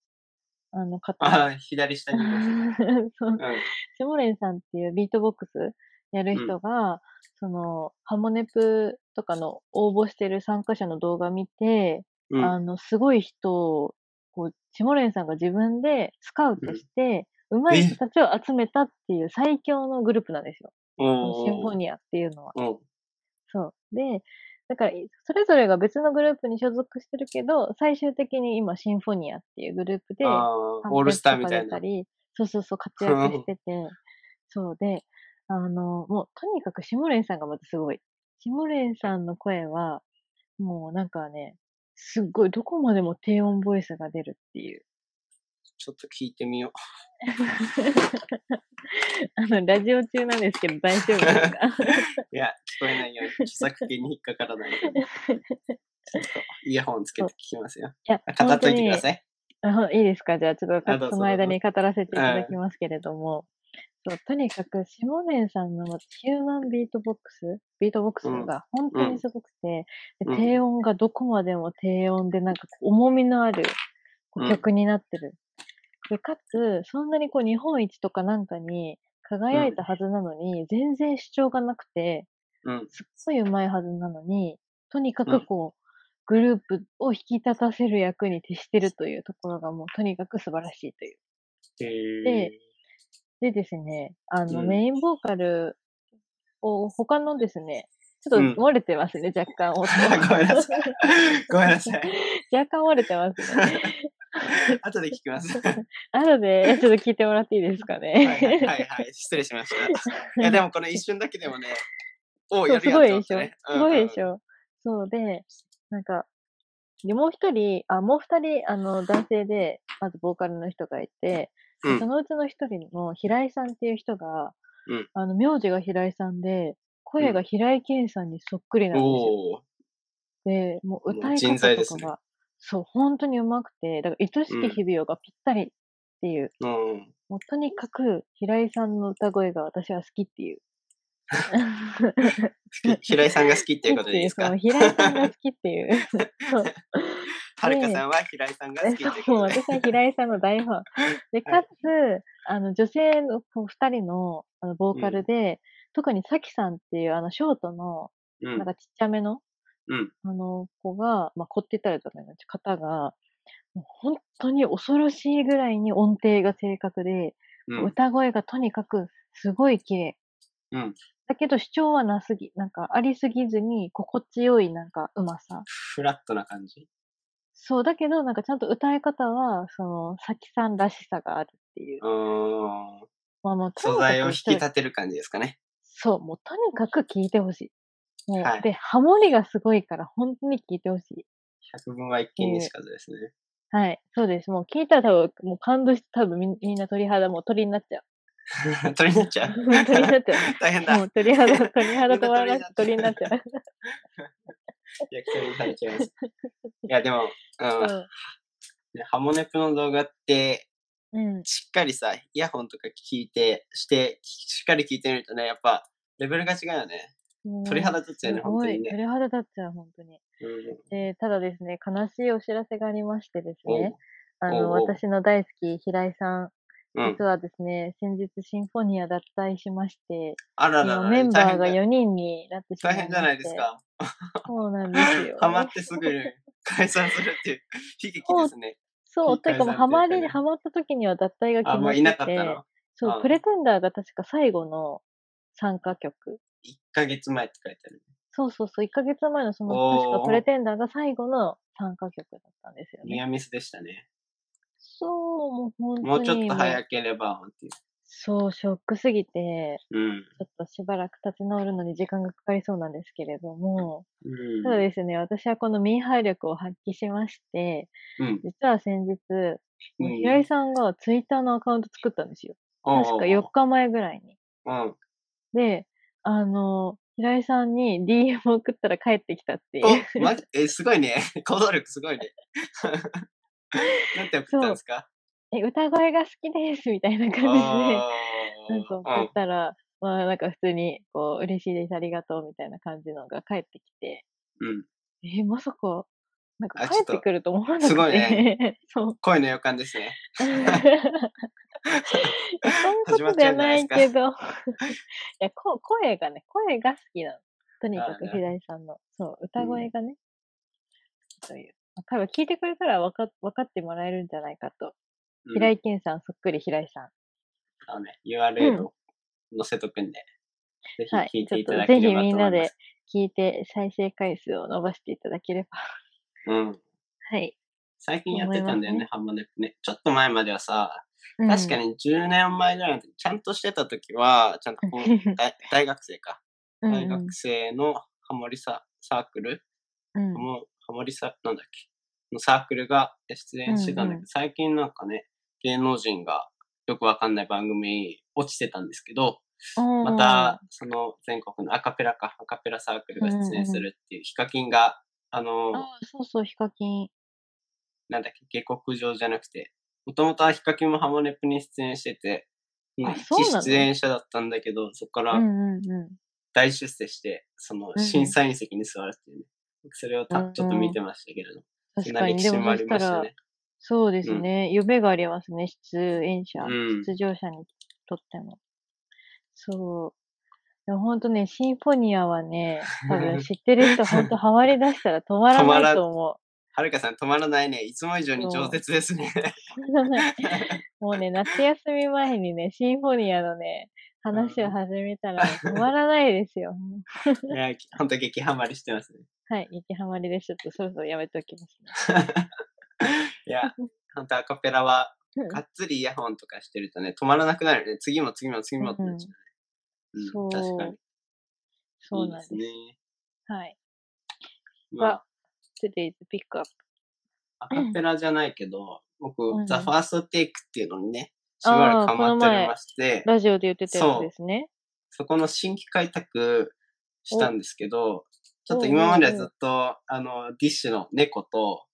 B: あの方。
A: あ、左 下にいます。
B: そう
A: うん。
B: シモレンさんっていうビートボックスやる人が、その、ハモネプとかの応募してる参加者の動画見て、
A: うん
B: あの、すごい人を、こう、シモレンさんが自分でスカウトして、上手い人たちを集めたっていう最強のグループなんですよ。
A: お
B: シンフォ
A: ー
B: ニアっていうのは。
A: うん。
B: そう。で、だから、それぞれが別のグループに所属してるけど、最終的に今、シンフォニアっていうグループで、
A: あーオールスターみたい
B: 出た
A: な。
B: り、そうそうそう、活躍してて、そうで、あの、もうとにかくシモレンさんがまたすごい。シモレンさんの声は、もうなんかね、すっごいどこまでも低音ボイスが出るっていう。
A: ちょっと聞いてみよ
B: あの、ラジオ中なんですけど大丈夫ですか
A: う。いや、聞こえないように、著作権に引っかからないように。ちょっとイヤホンつけて聞きますよ。
B: いや、
A: あ語っといてくだ
B: い。
A: さい。
B: あほんいいですかじゃあ、ちょっ
A: あどうぞ
B: と、その間に語らせていた
A: う
B: だ
A: ん
B: きますけれども、そうとにかく、シモネンさんのヒューマンビートボックス、ビートボックス
A: うん
B: が本当にすごくて、で
A: うん
B: 低音がどこまでも低音で、なんかこう重みのあるこう
A: うん
B: 曲になってる。で、かつ、そんなにこう日本一とかなんかに輝いたはずなのに、全然主張がなくて、
A: うん。
B: すっごいうまいはずなのに、とにか
A: う
B: く
A: ん
B: こう、グループを引き立たせる役に徹してるというところがもうとにかく素晴らしいという。
A: え
B: でですね、あの、
A: うん
B: メインボーカルを他のですね、ちょ
A: う
B: っ
A: ん
B: と漏れてますね、若干
A: ー、
B: 音。
A: ごめんなさい。ごめんなさい。
B: 若干漏れてますね。
A: 後で聞きます。
B: なので、ちょっと聞いてもらっていいですか
A: はいはい
B: ね。
A: はいはい、失礼しました。いや、でもこの一瞬だけでもね、おう
B: そ
A: や
B: う、
A: る
B: す
A: やんと思
B: ごいで
A: ってね。。
B: しょすごいでし
A: ょ。
B: ょ。そうで、なんか、で、もう一人、あ、もう二人、あの、男性で、まずボーカルの人がいて、
A: う
B: そ
A: ん。
B: のうちの一人の平井さんっていう人が、
A: うん
B: あの、名字が平井さんで、声
A: う
B: が
A: ん
B: 平井堅さんにそっくりなんですよ。
A: おー
B: で、も
A: も
B: う
A: う
B: 歌い
A: 人
B: 方
A: 材
B: と
A: です
B: か
A: ね
B: が、そう、本当にうまくて、だから、愛しき日々よがぴったりっていう、
A: うん。
B: もうとにかく平井さんの歌声が私は好きっ ていう。
A: ひ平井さんが好きっていうことでいいです
B: そ
A: か
B: う平井さんが好きって いう。そう
A: はるかさんは平井さんが好きっていうこ
B: そ
A: と
B: う、
A: で。
B: 私は平井さんの大ファン。で、
A: は
B: かつ、あの、女性のこう二人のあのボーカルで、特にさきさんっていう、あの、ショートの、
A: う
B: なん
A: ん。
B: かちっちゃめの、
A: うん
B: あの子が、まあ、子って言ったらダメなんですけど方が、もう本当に恐ろしいぐらいに音程が正確で、
A: うん。
B: 歌声がとにかくすごい綺麗。
A: うん
B: だけど主張はなすぎ、なんかありすぎずに心地よいなんかうまさ。
A: フラットな感じ。
B: そう、だけどなんかちゃんと歌い方は、その、さきさんらしさがあるっていう。
A: うん。
B: まあもうと
A: 素
B: にかく
A: 材を引き
B: とに
A: 立てる感じですかね。
B: そう、もうとにかく聴いてほしい。もう
A: はい
B: で、ハモリがすごいから本当に聴いてほしい。
A: 百分は一見にしかずですね。
B: はい、そうです。もう聞いたら多分、もう感動して多分みんみんな鳥肌、もう鳥になっちゃう。
A: 鳥になっ ちゃう。
B: 鳥になっちゃ
A: 大変
B: う。
A: だ。
B: も
A: いう
B: 鳥肌、鳥肌止まらなく
A: 鳥
B: て鳥
A: に
B: に
A: な
B: な
A: っ
B: っ
A: ち
B: ち
A: ゃ
B: ゃ
A: や、鳥にされちゃいます。いや、でも、うん
B: う。うん
A: ねハモネプの動画って、
B: うん。
A: しっかりさ、イヤホンとか聞いて、して、しっかり聞いてみるとね、やっぱ、レベルが違うよね。
B: もう
A: 鳥肌立っちゃうよね、
B: す
A: 本
B: ご
A: 当
B: い
A: にね。
B: 鳥肌立っちゃう、本当に。
A: うん
B: で、ただですね、悲しいお知らせがありましてです
A: お
B: ね、あの、
A: おうおう
B: 私の大好き平井さん、
A: うん
B: 実。はですね、先日シンフォニア脱退しまして、
A: あららら
B: 今
A: ら、
B: メンバー
A: 大
B: が
A: 変だ
B: 4人になってしま
A: 大
B: いまし
A: 変
B: て
A: じゃないです。か。
B: そうなんですよ。
A: ハマってすぐ解散するっていう悲劇ですね。
B: そう、
A: 切り替え
B: というかもう
A: されて
B: ハ
A: る
B: マ
A: よね
B: り、ハマった時には脱退が
A: あ、
B: 決
A: も
B: まっ
A: う
B: て
A: いなかった
B: て、
A: の。
B: そうう、
A: ん
B: プレテンダーが確か最後の参加曲。
A: 1ヶ月前って書いてある。
B: そうそうそう、1ヶ月前のそ
A: お
B: の、
A: ー
B: 確かプレテンダーが最後の参加曲だったんですよ
A: ニ
B: ね。
A: アミスでしたね。
B: そう、もう本当に。
A: もうちょっと
B: もう
A: 早ければ、ってい
B: そう、ショックすぎて、
A: う。うん。
B: ちょっとしばらく立ち直るのに時間がかかりそうなんですけれども、
A: うん
B: ただですね、私はこのミーハー力を発揮しまして、
A: うん。
B: 実は先日、
A: うん
B: 平井さんがツイッターのアカウント作ったんですよ。
A: おう
B: 確か
A: おう
B: 4日前ぐらいに。
A: うん。
B: で、あの、平井さんに DM を送ったら帰ってきたっていう。
A: お、まじ、え、すごいね。 行動力すごいね。 なんて送ったんですか
B: え、歌声が好きですみたいな感じで、
A: あー
B: なんか送ったら、まあなんか普通に、こう、嬉しいです、ありがとうみたいな感じのが返ってきて、
A: うんうん。
B: え、まさか、なんか
A: あ
B: 帰
A: ちょ
B: っ
A: ってと
B: くると思わなくて。
A: すごい
B: ね。 そう。
A: 恋の予感ですね。
B: そんなことじゃないけど。いやこ、声がね、声が好きなの。とにかく
A: あー
B: 平井さんの、そう、歌声がね、という。まあ多分聞いてくれたら分か分かってもらえるんじゃないかと。
A: うん
B: 平井健さん、そっくり平井さん。
A: あのね、
B: う
A: URL
B: ん
A: を載せとくんで、ぜ
B: はい
A: ひ聞いてい
B: ちょ
A: た
B: っ
A: だ
B: と
A: け
B: ぜ
A: れ
B: ひ
A: ばと
B: みん
A: 思
B: な
A: ま。
B: いです聞いて再生回数を伸ばしていただければ。
A: うん。
B: はい。
A: 最近やってたんだよ
B: 思いますね
A: ね、ハンマネプね。ちょっと前まではさ、
B: うん
A: 確 か。に10年前ぐらいの時、ちゃんとしてた時は、ちゃんとこう大 大学生か。
B: うん
A: 大学生のハモリササークル
B: うんうん
A: もう、ハモリサ、なんだっけ、のサークルが出演してたんだけど、
B: うんう
A: 最近なんかね、芸能人がよくわかんない番組に落ちてたんですけど、また、その全国のアカペラか、アカペラサークルが出演するっていう、ヒカキンが、あの、
B: あそうそう、ヒカキン。
A: なんだっけ、下克上じゃなくて、もともとはヒカキンもハモネプに出演してて、
B: あ
A: 一
B: そうなの
A: 出演者だったんだけど、そこか
B: う
A: ら
B: んうんう
A: 大出世して、その
B: うん
A: 審査員席に座るっていうね。それをた
B: うんうん
A: ちょっと見てましたけれど、
B: ん。
A: そ
B: 確
A: んな
B: かに、
A: 歴
B: で
A: 史
B: も
A: もあ
B: そ
A: り
B: し
A: ま
B: た
A: した
B: ら、
A: ね。
B: そうです
A: うん
B: ね、夢がありますね、出演者、
A: うん
B: 出場者にとっても。そう。でも本当ね、シンフォニアはね、多 分知ってる人、本当ハマり出したら止まら
A: 止ま
B: な
A: ら
B: いと思
A: はるかさん止まらないね。いつも以上に饒舌です ね。
B: う。もうね、夏休み前にね、シンフォニアのね、話を始めたらね、止まらないですよ。もう
A: いや、ほんと激ハマりしてますね。
B: はい、激ハマりです。ちょっとそろそろやめておきますね。
A: いや、ほんとアカペラは
B: うん、
A: がっつりイヤホンとかしてるとね、止まらなくなるよね。次も次も次もってなっちゃうね。
B: うん
A: うん、確かに。
B: そうなんです。
A: いいね。
B: はい。
A: まあ、
B: Today's pick up.
A: アカペラじゃないけど、僕、
B: うん
A: ザ・ファースト・テイクっていうのにね、しばらくハマっておりまして、
B: ラジオで言ってたやつ
A: そう
B: ですね。
A: そこの新規開拓したんですけど、ちょっと
B: お
A: 今までは
B: おうおう
A: ずっと、あの、ディッシュの猫と、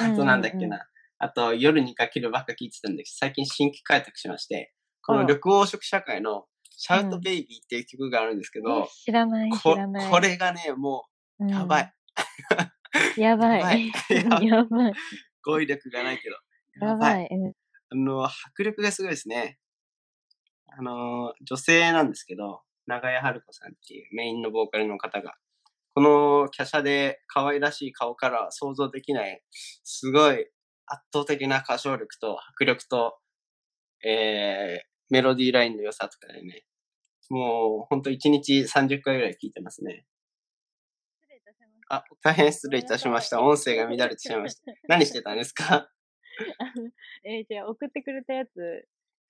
B: うん
A: あ
B: うんうん
A: となんだっけな、あと夜にかけるばっか聞いてたんですけど、最近新規開拓しまして、こ
B: あ
A: の
B: ら
A: 緑黄色社会のシャウ
B: う
A: ト
B: ん
A: ベイビーっていう曲があるんですけ
B: え
A: ど、
B: 知らない、知
A: こ
B: らない。
A: これがね、も
B: うん、
A: う、やばい。
B: やば
A: やば
B: い
A: い。
B: やばい。
A: 語彙力がないけど。
B: やば。い。うん
A: あの、迫力がすごいですね。あの、女性なんですけど、長屋春子さんっていうメインのボーカルの方が、この華奢で可愛らしい顔からは想像できない、すごい圧倒的な歌唱力と迫力と、えー、メロディーラインの良さとかでね、もうほんと1日30回ぐらい聞いてますね。あ、大変失礼いたしました。音声が乱れてしまいました。何してたんですか
B: えー、じゃあ送ってくれたやつ、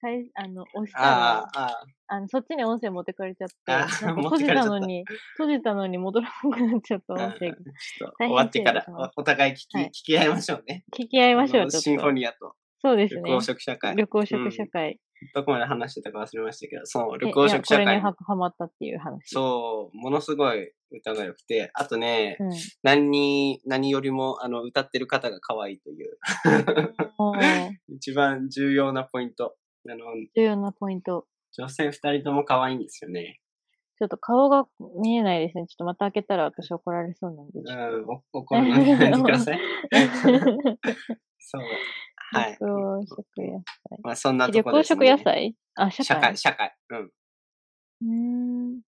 B: はい、あの、押したら
A: あ、ーあ
B: あの、そっちに音声持ってかれちゃって、
A: あ
B: なん
A: ー
B: か
A: 持っ
B: 閉
A: て
B: じ
A: かれちゃ
B: た
A: った
B: のに、閉じたのに戻らなくなっちゃった
A: ー、
B: 音
A: うん
B: 声が。
A: ちょっと
B: 大変
A: 終わってか
B: 失礼いた
A: ら
B: しまし
A: おお互い聞き,、
B: はい
A: 聞き合いましょうね。
B: 聞き合いまし
A: あ
B: ょ
A: の
B: う、ちょっと。
A: シンフォニアと
B: そうです
A: 緑
B: ね
A: 黄。色社会。
B: 旅行
A: う
B: 色
A: ん
B: 社会。
A: どこまで話してたか忘れましたけど、そう、
B: え
A: 緑
B: い
A: 黄
B: や
A: 色
B: こ
A: 社
B: れに
A: 会。
B: ははまったっていう話。
A: そう、ものすごい歌の良くて、あとね、
B: うん。
A: 何に、何よりも、あの、歌ってる方が可愛いという、
B: おー
A: 一番重要なポイント。あの、
B: 重要なポイント。
A: 女性二人とも可愛いんですよね。
B: ちょっと顔が見えないですね。ちょっとまた開けたら私怒られそうなんで。
A: うん、お怒らないでくださ い。そう。はい。
B: 緑黄色野菜。
A: まあ、そんなと
B: 緑
A: こで
B: 黄
A: す、
B: 色
A: ね。
B: 野菜あ、社
A: 社
B: 会
A: 会、。社会。うん。ちょ
B: うーん
A: っ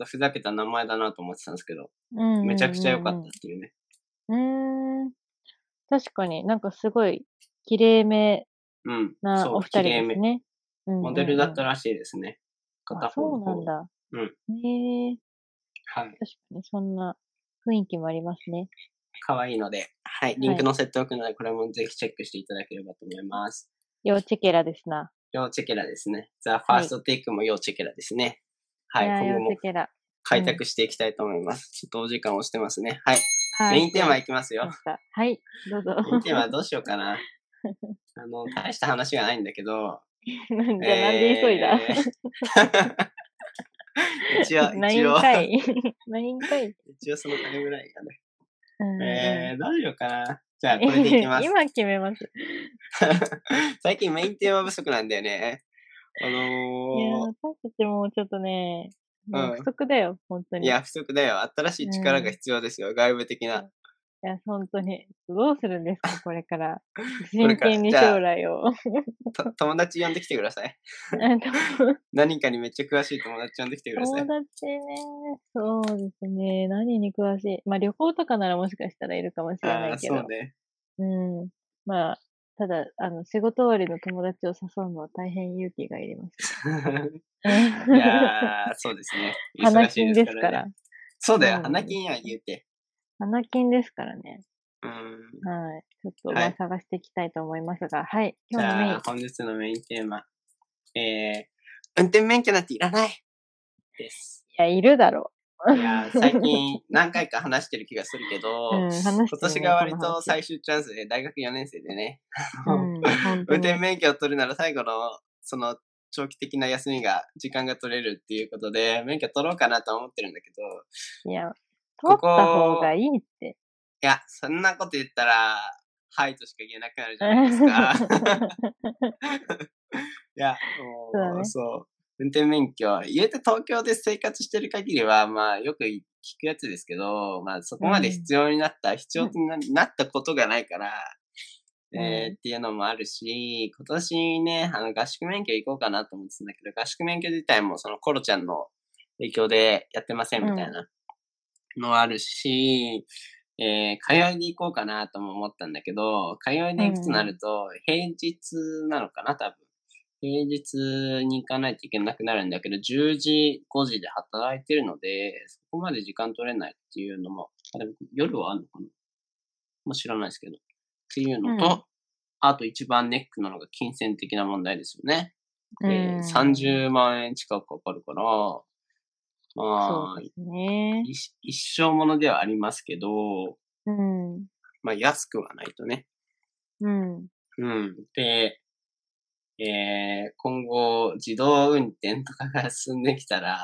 A: とふざけた名前だなと思ってたんですけど、
B: うんうん
A: めちゃくちゃ良かったっていうね。
B: うん。うーん。確かになんかすごい、綺麗め
A: うん。
B: な
A: そう
B: お二人
A: 綺麗
B: で
A: め
B: すね。モ
A: モデルだった
B: ら、
A: らしいですね。片
B: あ
A: 方
B: そう
A: の
B: なん
A: 方。
B: だ。
A: うん
B: ねえ、
A: はい。
B: 確かにそんな雰囲気もありますね。
A: 可愛いので、はい。リンク載せておくので、これもぜひチェックしていただければと思います。
B: 幼稚ケラですな。
A: 要チェケラですね。ザ・ファ
B: は
A: ー
B: い
A: ストテイクも要チェケラですね。はい。
B: やー
A: 今後
B: 幼
A: も
B: 稚ケラ。
A: 開拓していきたいと思います。ちょっとお時間押してますね。はい。
B: は
A: メ
B: い
A: インテーマいきますよ
B: わかりま。したはい、どうぞ。
A: メインテーマどうしようか な。あの、大した話がないんだけど。
B: なん じゃ、なんで急いだ、
A: えー一 応、
B: 何
A: 一応、
B: 回 何回、
A: 一応そのタイムラインがね。
B: うん
A: えー、どうしようかな。じゃあ、
B: うん
A: これでいきます。
B: 今決めます。
A: 最近メインテーマ不足なんだよね。あ
B: いやー、
A: の
B: 私たちもうちょっとね、もううん不足だよ、本当
A: ー、
B: に。
A: いや、不足だよ。新しい力が必要ですよ。外部的な。
B: いや、本当に。どうするんです か、これから。
A: れ
B: 真
A: から
B: 剣に
A: じゃあ
B: 将来を。
A: と友達呼んできてください。
B: あと
A: 何かにめっちゃ詳しい友達呼んできてください
B: 友。達ね、そうですね。何に詳しい。まあ旅行とかならもしかしたらいるかもしれ
A: あ
B: な
A: あー、
B: いけ
A: そ
B: ど。
A: うね。
B: うん。まあ、ただ、あの、仕事終わりの友達を誘うのは大変勇気がいりま す。
A: いやー、そうですね。
B: 花
A: 忙し
B: 金
A: い
B: で
A: ですす
B: か
A: から
B: ら
A: ね。。そうだよ
B: う。ん
A: 花金は言うて。
B: 花金ですからね。
A: うん。
B: はい。ちょっと、
A: はい
B: まあ探していきたいと思いますが、はい。
A: じ
B: 今日のメイ
A: ゃ
B: ン
A: あ、。本日のメインテーマ。えー、運転免許なんていらないです。
B: いや、いるだろう。
A: いやー、最近何回か話してる気がするけど、
B: うん、話してね
A: 今年が割
B: この
A: と
B: 話
A: 最終チャンスで、大学4年生でね、
B: うん、本 当
A: 運
B: に
A: 転免許を取るなら最後の、その、長期的な休みが、時間が取れるっていうことで、免許取ろうかなとは思ってるんだけど、
B: いや、取
A: ここ
B: った方がいいって。
A: いや、そんなこと言ったら、はいとしか言えなくなるじゃない ですか。いや、
B: そうだ
A: もう、
B: ね
A: そう。運転免許、言えて東京で生活してる限りは、まあ、よく聞くやつですけど、まあ、そこまで必要になった、必要にななったことがないから、え
B: う
A: ー、っていうのもあるし、今年ね、あの、合宿免許行こうかなと思ってたんだけど、合宿免許自体も、その、コロちゃんの影響でやってませんみたいなのあるし、えー、通いで行こうかなとも思ったんだけど、通いで行くとなると、平日なのかな、多分。平日に行かないといけなくなるんだけど、10時、5時で働いてるので、そこまで時間取れないっていうのも、あでも夜はあるのかなもう知らないですけど。っていうのと、
B: う
A: あと一番ネックなのが金銭的な問題ですよね。
B: う
A: えー
B: ん
A: 30万円近くかかるから、まあ
B: そう、ですね。
A: 一一生ものではありますけど、
B: うん。
A: まあ安くはないとね。
B: うん。
A: うん。で、えー、今後、自動運転とかが進んできたら、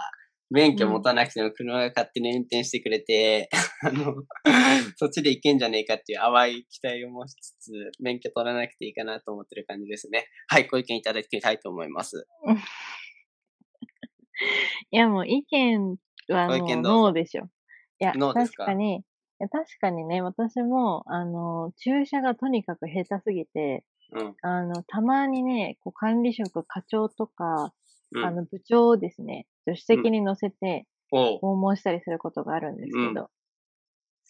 A: 免許持たなくても車が勝手に運転してくれて、 あの、そっちで行けんじゃねえかっていう淡い期待を持ちつつ、免許取らなくていいかなと思ってる感じですね。はい、ご意見いただきたいと思います。
B: いや、もう意見は
A: ご
B: も
A: 意見どう
B: う
A: ぞ
B: ノーでしょ。いや、
A: ノーです
B: 確
A: か
B: かに、いや確かにね、私も、あの、注射がとにかく下手すぎて、
A: うん。
B: あの、たまにね、こう管理職、課長とか、
A: うん
B: あの、部長をですね、助手席に乗せて、
A: おう。
B: 訪問したりすることがあるんですけど、
A: うん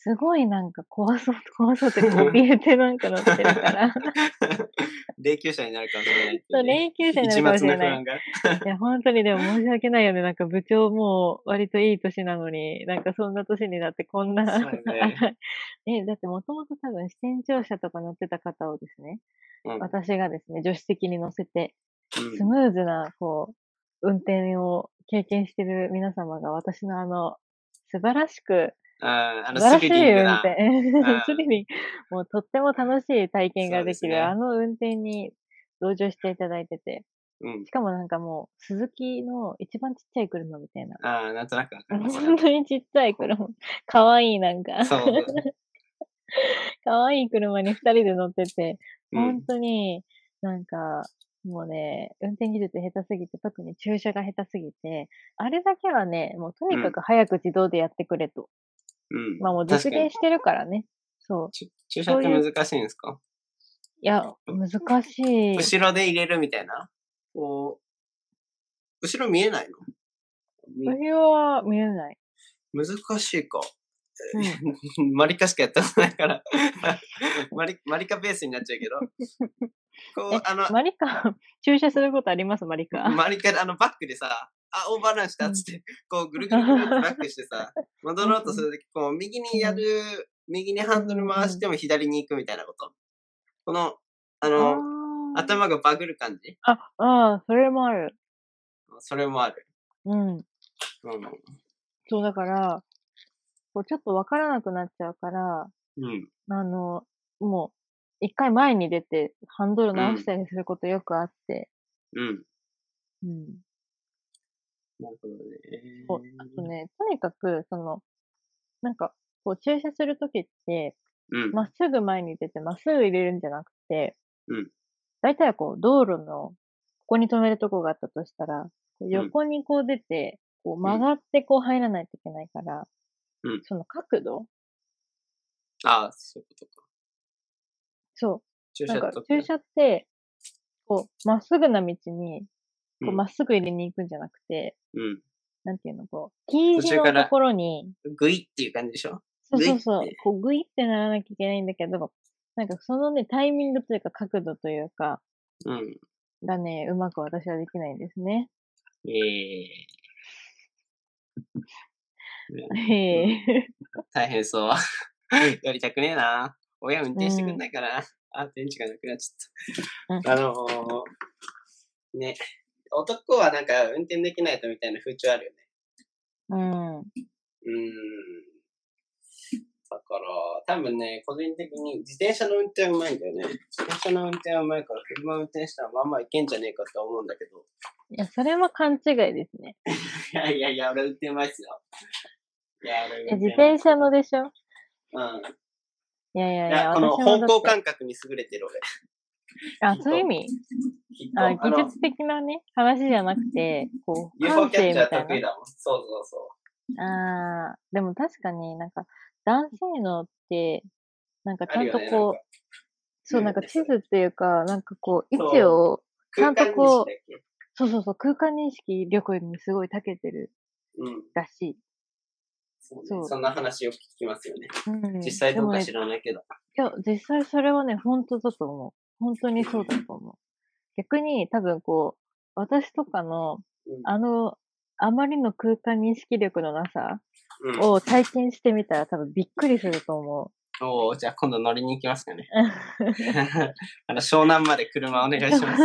B: すごいなんか怖そう、怖そうって怯えてなんか乗ってる から、
A: 霊柩車になるかもしれないってい
B: そうう、
A: ね。
B: 霊柩車になるかもし
A: 一末
B: れ
A: の不
B: ない
A: 安。が。
B: いや、本当にでも申し訳ないよね。なんか部長もう割といい年なのに、なんかそんな年になってこんな、
A: そうね
B: え、だってもともと多分、視点乗車とか乗ってた方をですね、
A: うん
B: 私がですね、助手席に乗せて、
A: うん
B: スムーズな、こう、運転を経験してる皆様が私のあの、素晴らしく、
A: あーあの、
B: 素晴ら
A: ス
B: し
A: リ
B: い
A: リング
B: 運
A: な。うん
B: 転。 スリリングもうとっても楽しい体験がで
A: そ
B: き
A: う
B: る、
A: ですね
B: あの運転に同乗していただいてて、
A: うん
B: し。かもなんかもう、鈴木の一番ちっちゃい車みたいな。
A: ああ、なんとなくわかります。
B: 本当にちっちゃ い車。かわいいなんか。
A: そう。
B: かわいい車に二人で乗ってて、
A: う
B: 本
A: ん。
B: 当になんか、もうね、運転技術下手すぎて、特に駐車が下手すぎて、あれだけはね、もうとにかく早く自動でやってくれと。
A: うん。
B: まあもう
A: 確
B: 実
A: かに
B: 現してるからね。そう。
A: ち駐車って難しいんですか
B: いや、難しい。
A: 後ろで入れるみたいなこう、後ろ見えないのみ
B: 後ろは見えない。
A: 難しいか。
B: うん
A: マリカしかやったことないから。 マリ、マリカベースになっちゃうけど。 こう、あの、
B: マリカ、駐車することありますマリカ。
A: 周りからあのバックでさ、あ、オーバーランしたっつって、こうぐるぐるぐるってバックして さ、戻ろうとするとき、こう右にやる、右にハンドル回しても左に行くみたいなこと。この、あ
B: あ
A: の、
B: ー
A: 頭がバグる感じ
B: あ、ああ、それもある。
A: それもある。
B: うん。
A: う
B: そう、だから、こうちょっとわからなくなっちゃうから、
A: ん。うん。
B: あの、もう、一回前に出て、ハンドル直したりすることよくあって、
A: うん。
B: うん。
A: なるほど
B: そう
A: ね。
B: あとね、とにかく、その、なんか、こう、駐車するときって、
A: うん。
B: まっすぐ前に出て、まっすぐ入れるんじゃなくて、
A: うん。
B: 大体はこう、道路の、ここに止めるとこがあったとしたら、こう横にこう出て、こう曲がってこう入らないといけないから、
A: うん
B: その角度
A: ああ、そういうことか。
B: そ
A: 駐
B: う。なん
A: 車
B: か
A: と、
B: 駐車って、こう、まっすぐな道に、こ
A: う
B: う、
A: ん
B: まっすぐ入れに行くんじゃなくて、
A: うん。
B: なんていうの、こう、T
A: 途
B: 字
A: 中
B: の
A: から
B: ところに、
A: グイっていう感じでしょ
B: そうそう
A: グ
B: そう
A: イって、
B: こう、グイってならなきゃいけないんだけど、なんかそのね、タイミングというか角度というか、
A: うん。
B: がね、うまく私はできないんですね。
A: ええ
B: へえ。
A: 大変そう。やりたくねえな。親運転してくんないから。あ、電池がなくなっちゃった。あのー、ね、男はなんか運転できないとみたいな風潮あるよね。
B: うん。
A: うーん。だから、多分ね、個人的に自転車の運転はうまいんだよね。自転車の運転はうまいから、車運転したらまあまあいけんじゃねえかと思うんだけど。
B: いや、それは勘違いですね。
A: いやいやいや、俺運転うまいっすよ。いや、俺運
B: え
A: 転
B: 自転車の
A: う
B: でしょ
A: まいっすよ
B: いや
A: う
B: い
A: ん。
B: や
A: い
B: いや、
A: や、この
B: 私も
A: 方
B: だっ
A: 向
B: て
A: 感覚に優れてる俺。
B: あ、そういう意味
A: きっと
B: あ
A: あの
B: 技術的なね、話じゃなくて、こう、
A: UFO
B: 感
A: キャ
B: 性
A: ッ
B: み
A: チャ
B: た
A: ー得意
B: い
A: だもん。そうそうそ
B: な。あー、でも確かになんか、男性のって、なんか
A: う。
B: ち
A: あ
B: ゃ
A: る
B: ん
A: よ
B: と
A: ね。
B: こ
A: なん
B: う、
A: か
B: そう、なんか地図っていうか、なんかこう、位
A: そう
B: 置を、ち
A: 空
B: ゃん
A: 間
B: と
A: 認識
B: こう
A: だっけ
B: そうそうそう、空間認識力にすごい長けてる
A: うん。
B: らしい。
A: そう
B: そ
A: ね。
B: う
A: そんな話よく聞きますよね。
B: うん、
A: 実際どうか
B: で
A: 知らないけど。
B: もねいや、実際それはね、本当だと思う。本当にそうだと思う。逆に多分こう、私とかの、
A: うん
B: あの、あまりの空間認識力のなさ
A: うん。
B: を体験してみたら多分びっくりすると思。
A: おーじゃあ今度乗りに行きますかね。あの、湘南まで車お願いう し ます。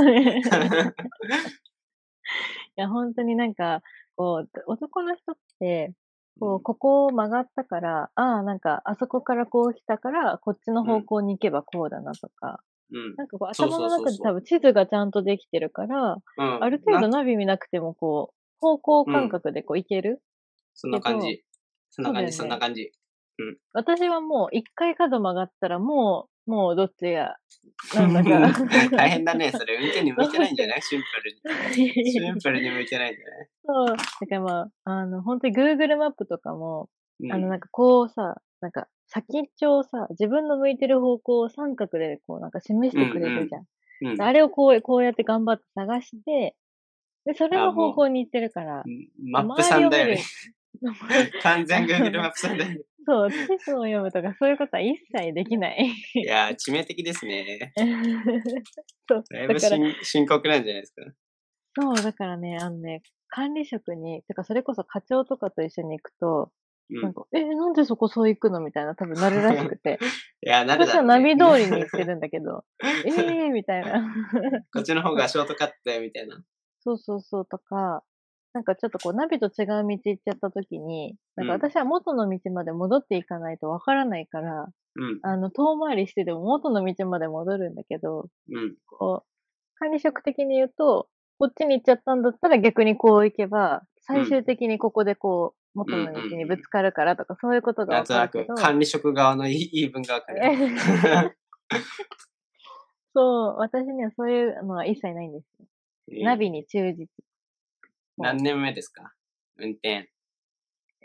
B: いや、本当になんか、こう、男の人って、こ
A: う
B: う、
A: ん
B: ここを曲がったから、ああ、なんか、あそこからこう来たから、こっちの方向に行けばこうだなとか、
A: うん。
B: なんかこう、
A: そうそ
B: 頭
A: うそう
B: の
A: そう
B: 中で多分地図がちゃんとできてるか
A: う
B: ら、
A: ん。
B: ある程度
A: な
B: ナビ見なくてもこう、方向感覚でこう行ける。
A: そんな感じ。そんな感じ、
B: そ
A: そう
B: だよね
A: んな感じ。
B: 私はもう、一回角曲がったら、もう、もうどっちが、なんだ か、
A: 大変だね。それ運転に向いてないんじゃないシンプ ルに。シンプルに向いてないんじ
B: そう。だからまあ、あの、本当に Google マップとかも、
A: ゃな
B: あ
A: い
B: の、
A: うん。
B: なんかこうさ、なんか先っちょをさ、自分の向いてる方向を三角でこうなんか示してくれるじゃん。
A: うん
B: であれをこう、こうやって頑張って探して、で、それ
A: あ
B: の
A: もう
B: 方向に行ってるから、
A: マップさんだよね。
B: 周りを見る
A: 完全 Google マップさん だよね。
B: そう、地図を読むとかそういうことは一切できない。
A: いやー、致命的ですね。
B: そう、
A: だいぶ
B: だから、
A: 深深刻なんじゃないですか。
B: そう、だからね、あのね、管理職に、てかそれこそ課長とかと一緒に行くと、
A: う
B: なん
A: ん。
B: か、え、なんでそこそう行くのみたいな、多分なるらしくて。
A: いや、 なるだ
B: 私は
A: ろう
B: ナ
A: ね
B: ビ通りに行ってるんだけど、ええー、みたいな。
A: こっちの方がショートカットだよ、みたいな。
B: そうそうそうとか、なんかちょっとこう、ナビと違う道行っちゃった時に、なんか
A: うん
B: 私は元の道まで戻っていかないとわからないか
A: う
B: ら、
A: ん。
B: あの、遠回りしてでも元の道まで戻るんだけど、
A: うん。
B: こう、管理職的に言うと、こっちに行っちゃったんだったら逆にこう行けば、最終的にここでこう、元の道にぶつかるからとか、そういうこと
A: なん
B: が分
A: と
B: か
A: な
B: るけ
A: く
B: ど。
A: 管理職側の言い言い分がわか る。
B: そう、私にはそういうのは一切ないんです。ナビに忠実。
A: 何年目ですか運転。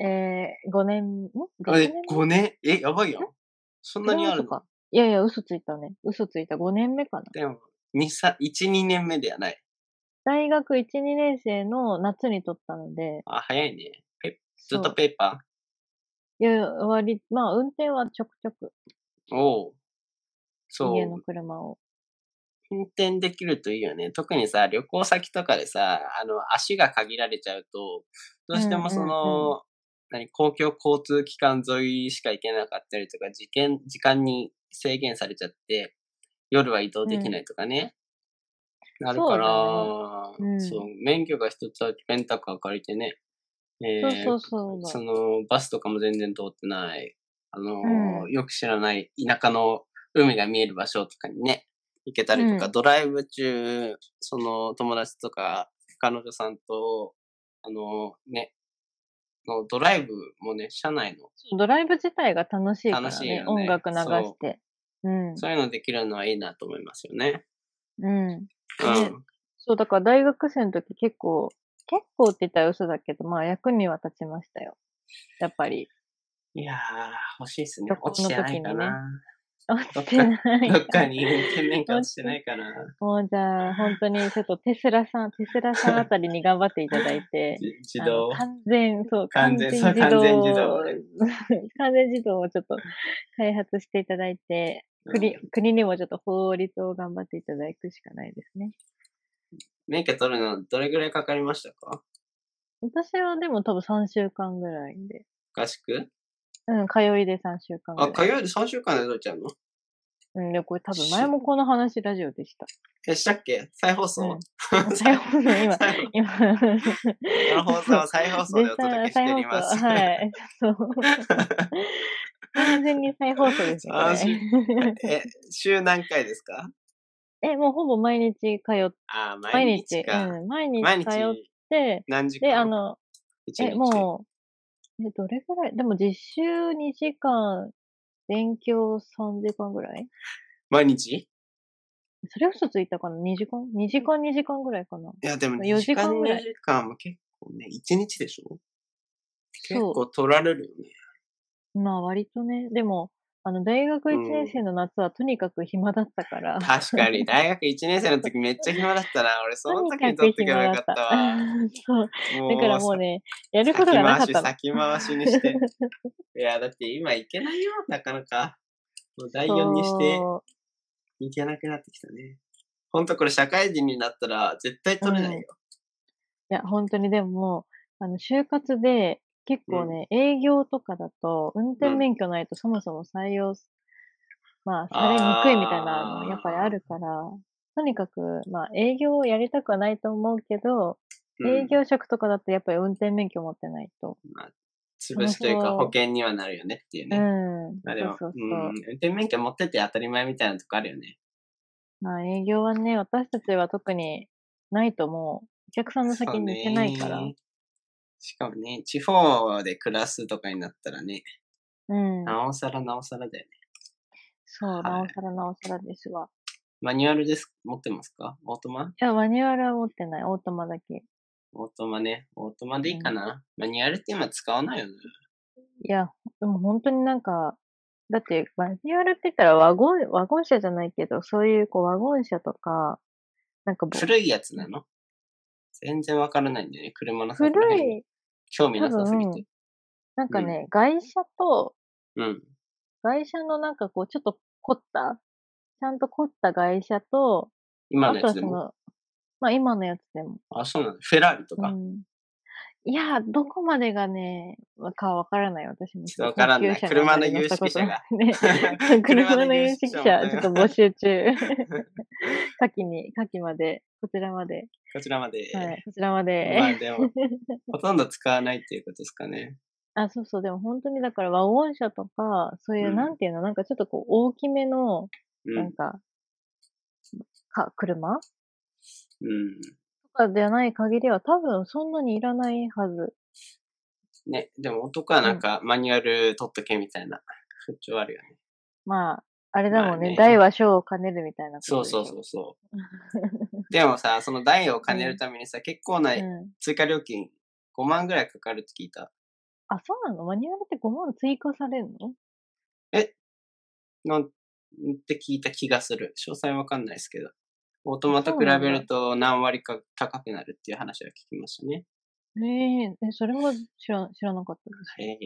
B: えー、5年、ん ?6
A: え
B: 年、
A: 5年え、やばいよ。そんなにあ
B: そ
A: る
B: う
A: の
B: か。いやいや、嘘ついたね。嘘ついた。5年目かな。
A: でも、2、3、1、2年目ではない。
B: 大学1、2年生の夏に撮ったので、
A: あ、早いね。ペず
B: そ
A: っ
B: う
A: とペーパ
B: いや、割、まあ、運転はちょくちょく、
A: ーおう。そ
B: 家の
A: う。
B: 車を。
A: 運転できるといいよね。特にさ、旅行先とかでさ、あの、足が限られちゃうと、どうしてもその、
B: うんうん
A: 何、公共交通機関沿いしか行けなかったりとか、時間、時間に制限されちゃって、夜は移動できないとかね。なるから
B: そうだねうん
A: そう、免許が一つあって、レンタカー借りてね。え
B: そう
A: ー
B: そうそうだ。
A: そのバスとかも全然通ってない、あのー
B: うん
A: よく知らない田舎の海が見える場所とかにね、行けたりとか、
B: うん
A: ドライブ中、その友達とか、彼女さんと、あのーね、のドライブもね、車内の、
B: ドライブ自体が楽しいからね、
A: 楽しいよね
B: 音楽流して。うん。
A: そういうのできるのはいいなと思いますよね。
B: うん。
A: うん。
B: ねそう、だから大学生の時結構、結構って言ったら嘘だけど、まあ役には立ちましたよ。やっぱり。
A: いやー、欲しいですね
B: 学。校の
A: 落ちてないかな。
B: 落 ちてない。
A: どっかに運転免許落ちてないかな。、
B: もうじゃあ、本当にちょっとテスラさん、テスラさんあたりに頑張っていただいて
A: じ 自
B: あの
A: 動。
B: 完全、そう、
A: 完全そう
B: 自
A: 完全
B: 動
A: 自動
B: を 完全自動をちょっと開発していただいて、国国にもちょっと法律を頑張っていただくしかないですね。
A: 免許取るのどれぐらいかかりましたか
B: 私はでも多分3週間ぐらいで。
A: 合宿
B: うん、通いで3週間ぐ
A: あ、
B: らい。
A: 火曜日3週間で取れちゃうの
B: うん、で、これ多分前もこの話ラジオでした。
A: え、したっけ再放送、
B: うん再放送、今、
A: 再放
B: 今。
A: この放送は再放送でお届けしております。
B: 絶対再放送はい。そう。完全に再放送ですよ
A: 安
B: ね。
A: え、週何回ですか
B: え、もうほぼ毎日通っ、
A: あー、毎
B: 毎
A: 日
B: 日、
A: か。
B: うん、毎日
A: 毎
B: 通っ
A: 日
B: て、
A: 何時間
B: で、あの、
A: 一
B: え、
A: 日
B: もう、え、どれぐらいでも実習2時間、勉強3時間ぐらい
A: 毎日い
B: それ嘘ついたかな ?2 時間 ?2 時間2時間ぐらいかな
A: や、でも2
B: 4
A: 時間
B: 時間ぐらい
A: 2時間も結構ね、1日でしょ結
B: そう
A: 構取られるよね。
B: まあ割とね、でも、あの、大学1年生の夏はとにかく暇だったから、
A: 確かに、大学1年生の時めっちゃ暇だったな。俺、そ
B: と
A: の
B: に
A: 時
B: か
A: に
B: く
A: 取っとけ
B: 暇
A: ば
B: だ
A: よか
B: っ
A: った
B: た。
A: わ。
B: そう。だからもうね、やることがなかったの。
A: 先回し、先回しに して。いや、だって今行けないよ、なかなか。もう第4にして
B: そ
A: 行けなくなってきたね。ほんとこれ社会人になったら絶対取れないよ。
B: ういや、本当にでももう、あの、就活で、結構ね、営業とかだと、運転免許ないとそもそも採用す、まあ、されにくいみたいな
A: あー
B: の、やっぱりあるから、とにかく、まあ、営業をやりたくはないと思うけど、
A: うん
B: 営業職とかだとやっぱり運転免許持ってないと。
A: 潰しという
B: そ
A: か
B: う
A: 保険にはなるよねっていう
B: う
A: ね。
B: ん。
A: まあでも、
B: そうそうそうう。
A: ん、運転免許持ってて当たり前みたいなとこあるよね。
B: まあ営業はね、私たちは特にないともう、お客さんの先に行けないから。
A: そううねしかもね、地方で暮らすとかになったらね、
B: ん。
A: なおさらなおさらだよね。
B: そう、なおさらなおさらですわ。
A: マニュアルです、持ってますかオートマ
B: いや、マニュアルは持ってない。オートマだけ。い
A: オートマね。オートマでいいかな、マニュアルって今使わないよね。
B: や、でも本当になんか、だって、マニュアルって言ったらワゴン、ワゴン車じゃないけど、そういうこうワゴン車とか、なんかぼ
A: 古いやつなの全然わからないんだよね。車のさ
B: 古
A: この辺
B: い、
A: 興味なさすぎて。
B: なんか
A: うん
B: ね、外車と、
A: うん。
B: 外車のなんかこう、ちょっと凝った、ちゃんと凝った外車と、
A: 今
B: あ
A: のや
B: とは
A: つ
B: そ
A: でも。
B: の、まあ今のやつでも、
A: あ、そうなのフェラーリとか。
B: うんいや、どこまでがね、かわからない、私も。
A: わからない
B: 高級車が
A: 車の有識者が
B: 乗ったこと ないね 車の有識
A: 車の
B: 者、
A: 有識者
B: ちょっと募集中。 下記に、下記まで、こちらまで。
A: こちらまで。
B: はい、こちらま
A: まあ
B: で。
A: でも、ほとんど使わないっていうことですかね。
B: あ、そうそう、でも本当にだから和音車とか、そういうう、
A: ん
B: なんていうの、なんかちょっとこう、大きめの、
A: う
B: なん
A: ん。
B: か、か、車と
A: うん。
B: かじゃない限りは多分そんなにいらないはず。
A: ね、でも男はなんかマニュアル取っとけみたいな風潮あるよね。
B: まあ、あれだもん
A: まあ
B: ね
A: ね。
B: 大は小を兼ねるみたいなこと
A: そう
B: でしょ
A: そうそうそう。でもさ、その代を兼ねるためにさ、結構な
B: うん。
A: 追加料金5万ぐらいかかるって聞いた。
B: あ、そうなのマニュアルって5万追加されるの
A: なんって聞いた気がする。詳細わかんないですけど。オートマと比べると何割か高くなるっていう話は聞きましたね。
B: ねえ、えそれも知らん知らなかったです。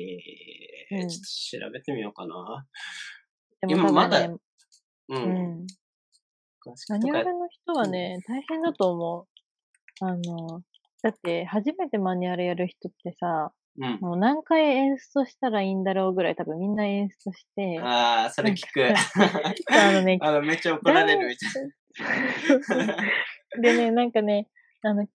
A: えー
B: うん
A: ちょっと調べてみようかな。
B: で
A: 今
B: も多
A: ま
B: 分
A: だ
B: ね、
A: う。
B: うんん。
A: 詳しく
B: マ
A: と
B: ニュ
A: か
B: アルの人はね、大変だと思う。あの、だって初めてマニュアルやる人ってさ、
A: うん。
B: もう何回演出したらいいんだろうぐらい多分みんな演出して、
A: ああ、それ聞く。
B: あのね
A: あの、めっちゃ怒られるみたい
B: 誰
A: な。
B: でね、なんかね、あの、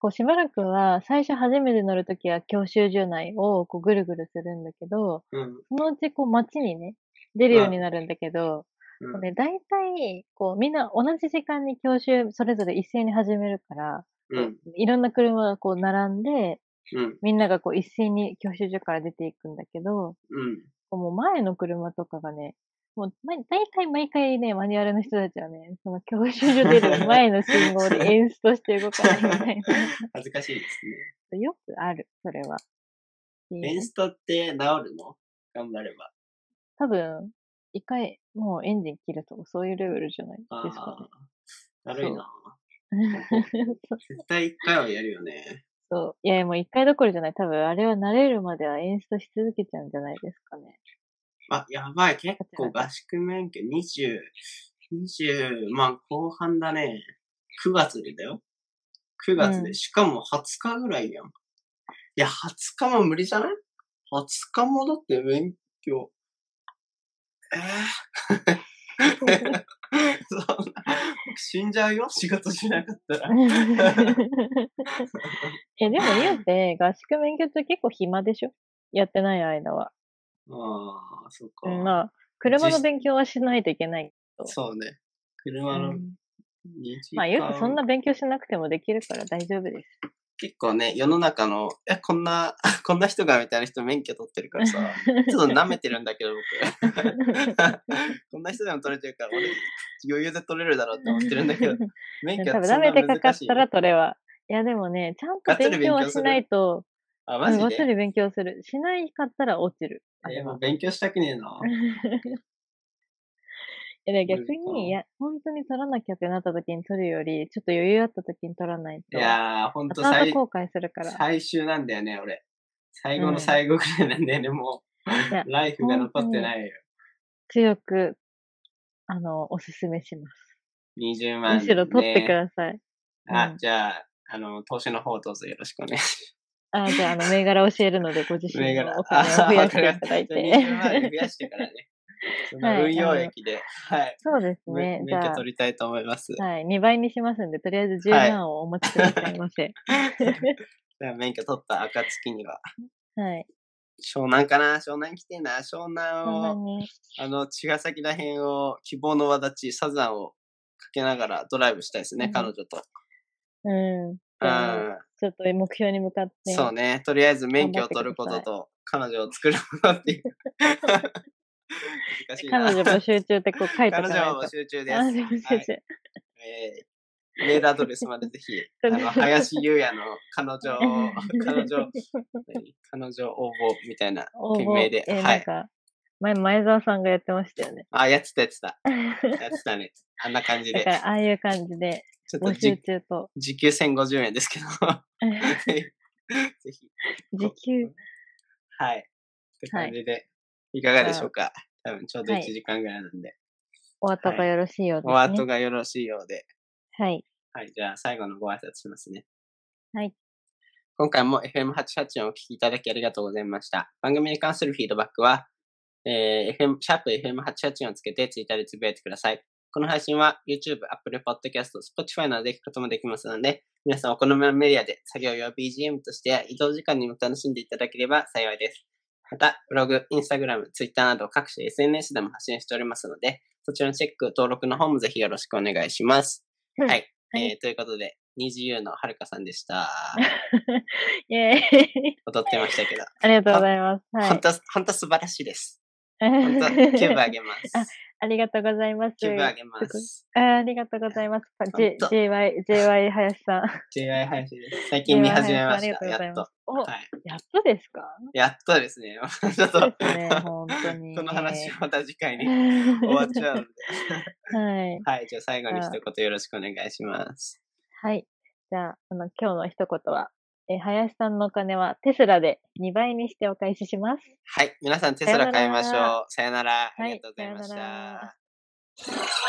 B: こうしばらくは、最初初めて乗るときは教習所内をこうぐるぐるするんだけど、
A: うん。
B: そのうちこう街にね、出るようになるんだけど、
A: うん
B: これ大体、こうみんな同じ時間に教習それぞれ一斉に始めるから、
A: うん。
B: いろんな車がこう並んで、
A: うん。
B: みんながこう一斉に教習所から出ていくんだけど、
A: うん。
B: もう前の車とかがね、もう、ま、大体毎回ね、マニュアルの人たちはね、その教習所出る前の信号で演出として動かないみたい
A: 恥ずかしいです
B: な。よくある、それは。
A: ね。エン
B: で
A: ストって治るの頑張れば。
B: 多分、一回、もうエンジン切るとか、そういうレベルじゃない
A: あ
B: ですか
A: あ、だるいな。
B: ね。
A: 絶対一回はやるよね。
B: そう。いや、もう一回どころじゃない。多分、あれは慣れるまでは演出し続けちゃうんじゃないですか ね。
A: あ、やばい。結構合宿免許20、20万後半だね。9月でだよ。9月で。
B: うん
A: しかも20日ぐらいやん。いや、20日も無理じゃない ?20 日もだって免許。えー そんな僕死んじゃうよ仕事しなかったら。
B: え、でも言うて、合宿免許中結構暇でしょやってない間は。
A: ああ、そうか。
B: うん、まあ、車の勉強はしないといけない。
A: そうね。
B: う
A: 車の
B: ん、
A: 2時間、
B: まあ、言うてそんな勉強しなくてもできるから大丈夫です。
A: 結構ね、世の中の、え、こんな、 こんな人がみたいな人免許取ってる からさ、ちょっと舐めてるんだけど、僕。こんな人でも取れてるから、俺、余裕で取れるだろうって思ってるんだけど、免
B: 多
A: 許
B: 分、
A: は
B: 舐
A: そんな
B: めてかかっ
A: 難しい
B: たら、それは。いや、でもね、ちゃん
A: がっ
B: と
A: つり
B: 勉
A: 勉強
B: 強は
A: す
B: し
A: る
B: ないと、
A: あ、
B: う
A: マ
B: ん
A: ジ
B: がっつ
A: で
B: り勉強する。しないかったら落ちる。あ
A: え
B: れ
A: も
B: は
A: う勉強したくねえな。
B: いや、だから
A: 無
B: 逆
A: 理か
B: に、いや、本当に取らなきゃってなった時に取るより、ちょっと余裕あった時に取らない
A: い
B: と。
A: やー、ほんと
B: 後々
A: 最、
B: 後悔するから。
A: 最終なんだよね、俺。最後
B: う
A: の
B: ん
A: 最後くらいなんだよね、も
B: いや
A: う。 ライフが残ってないよ。
B: 強く、あの、おすすめします。
A: 20万、
B: む
A: ね。
B: しろ取ってください。う
A: あ
B: ん、
A: じゃあ、あの、投資の方どうぞよろしくお願いし
B: あじゃあ、あの、銘柄教えるので、ご自
A: ます。
B: 身
A: 銘
B: の
A: 柄
B: お金を増やしていただい
A: あわかりましたじゃあ20万円
B: て。
A: 増やしてからね。そ
B: は
A: の
B: い
A: 運用益で、はい。
B: そうです
A: め
B: ね。じ
A: 免
B: ゃ
A: 許
B: あ、
A: 取りたいと思います。
B: はい、2倍にしますんで、とりあえず10
A: はい
B: 万をお持ちくださいませ。
A: じゃあ免許取った暁には、
B: はい。
A: 湘南かな湘南来てえな。湘南
B: そんな
A: を、
B: に。
A: あの、茅ヶ崎ら辺を、希望の輪立ち、サザンをかけながらドライブしたいですね、
B: うん
A: 彼女と。
B: うん。
A: う
B: じゃあ、
A: ん。
B: ちょっと目標に向かって。
A: そうね。とりあえず免許を取ることと、彼女を作ることって いう。難しいな
B: 彼女募集中ってこう書いてお
A: 彼
B: かないと。
A: 女は募集中です。
B: あでも
A: は
B: 先
A: い
B: 生
A: えーメールアドレスまでぜひ、あ
B: そうね
A: の、林優也の彼女を、彼女、何 彼女応募みたいな
B: 応募
A: 件名で、
B: えー
A: は
B: なん
A: い。
B: か、前、前澤さんがやってましたよね。
A: あ、やってたやってた。
B: だ
A: やってたね。あんな感じで
B: か。ら、ああいう感じで、
A: ちょっと
B: 募集
A: じ
B: 中と、
A: 時給1050円ですけど。 ぜひ。ぜひ
B: 時給、
A: はい。って感じで、いかがでしょうか。多分ちょうど
B: は
A: 1
B: い
A: 時間ぐらいなんで、
B: お後がよろしいようです、ね。
A: お後がよろしいようで。
B: はい。
A: はい、じゃあ最後のご挨拶しますね。
B: はい。
A: 今回も FM884 をお聞きいただきありがとうございました。番組に関するフィードバックは、えー、FM、シャープ FM884 をつけてツイッターでつぶやいてください。この配信は YouTube、Apple Podcast、Spotify などで聞くこともできますので、皆さんお好みのメディアで作業用 BGM として移動時間にも楽しんでいただければ幸いです。また、ブログ、インスタグラム、ツイッターなど各種 SNS でも発信しておりますので、そちらのチェック、登録の方もぜひよろしくお願いします。
B: うん
A: はい。
B: はい
A: えーということで、 NiziU のはるかさんで した。
B: イェーイ。
A: 踊ってましたけど。
B: ありがとうございます。は
A: 本
B: い。
A: 当本当素晴らしいです。 本当キューブあげま
B: あ
A: す。
B: ありがとうございます。
A: キューブあげます。
B: あありがとうございます。J-
A: 本当
B: JY、JY 林さん。
A: JY 配信です。最近見始めまし
B: JY 林さんありが
A: た。
B: とうござ
A: や
B: い
A: っ
B: ま
A: と
B: す。。お、
A: はい。
B: やっとですか
A: やっとですね。 ちょっと、
B: そうですね、本当に。
A: この話を また次回に終
B: 終
A: わっちゃうので。
B: はい。
A: はい。じゃあ最後に一言よろしくお願いします。
B: はい。じゃあ、あの、今日の一言は、えー林さんのお金はテスラで2倍にしてお返しします。
A: はい。皆さんテスラ買いまし
B: さよな
A: ょう。さよなら。あ
B: はい
A: りがとうございまし
B: さよなら
A: た。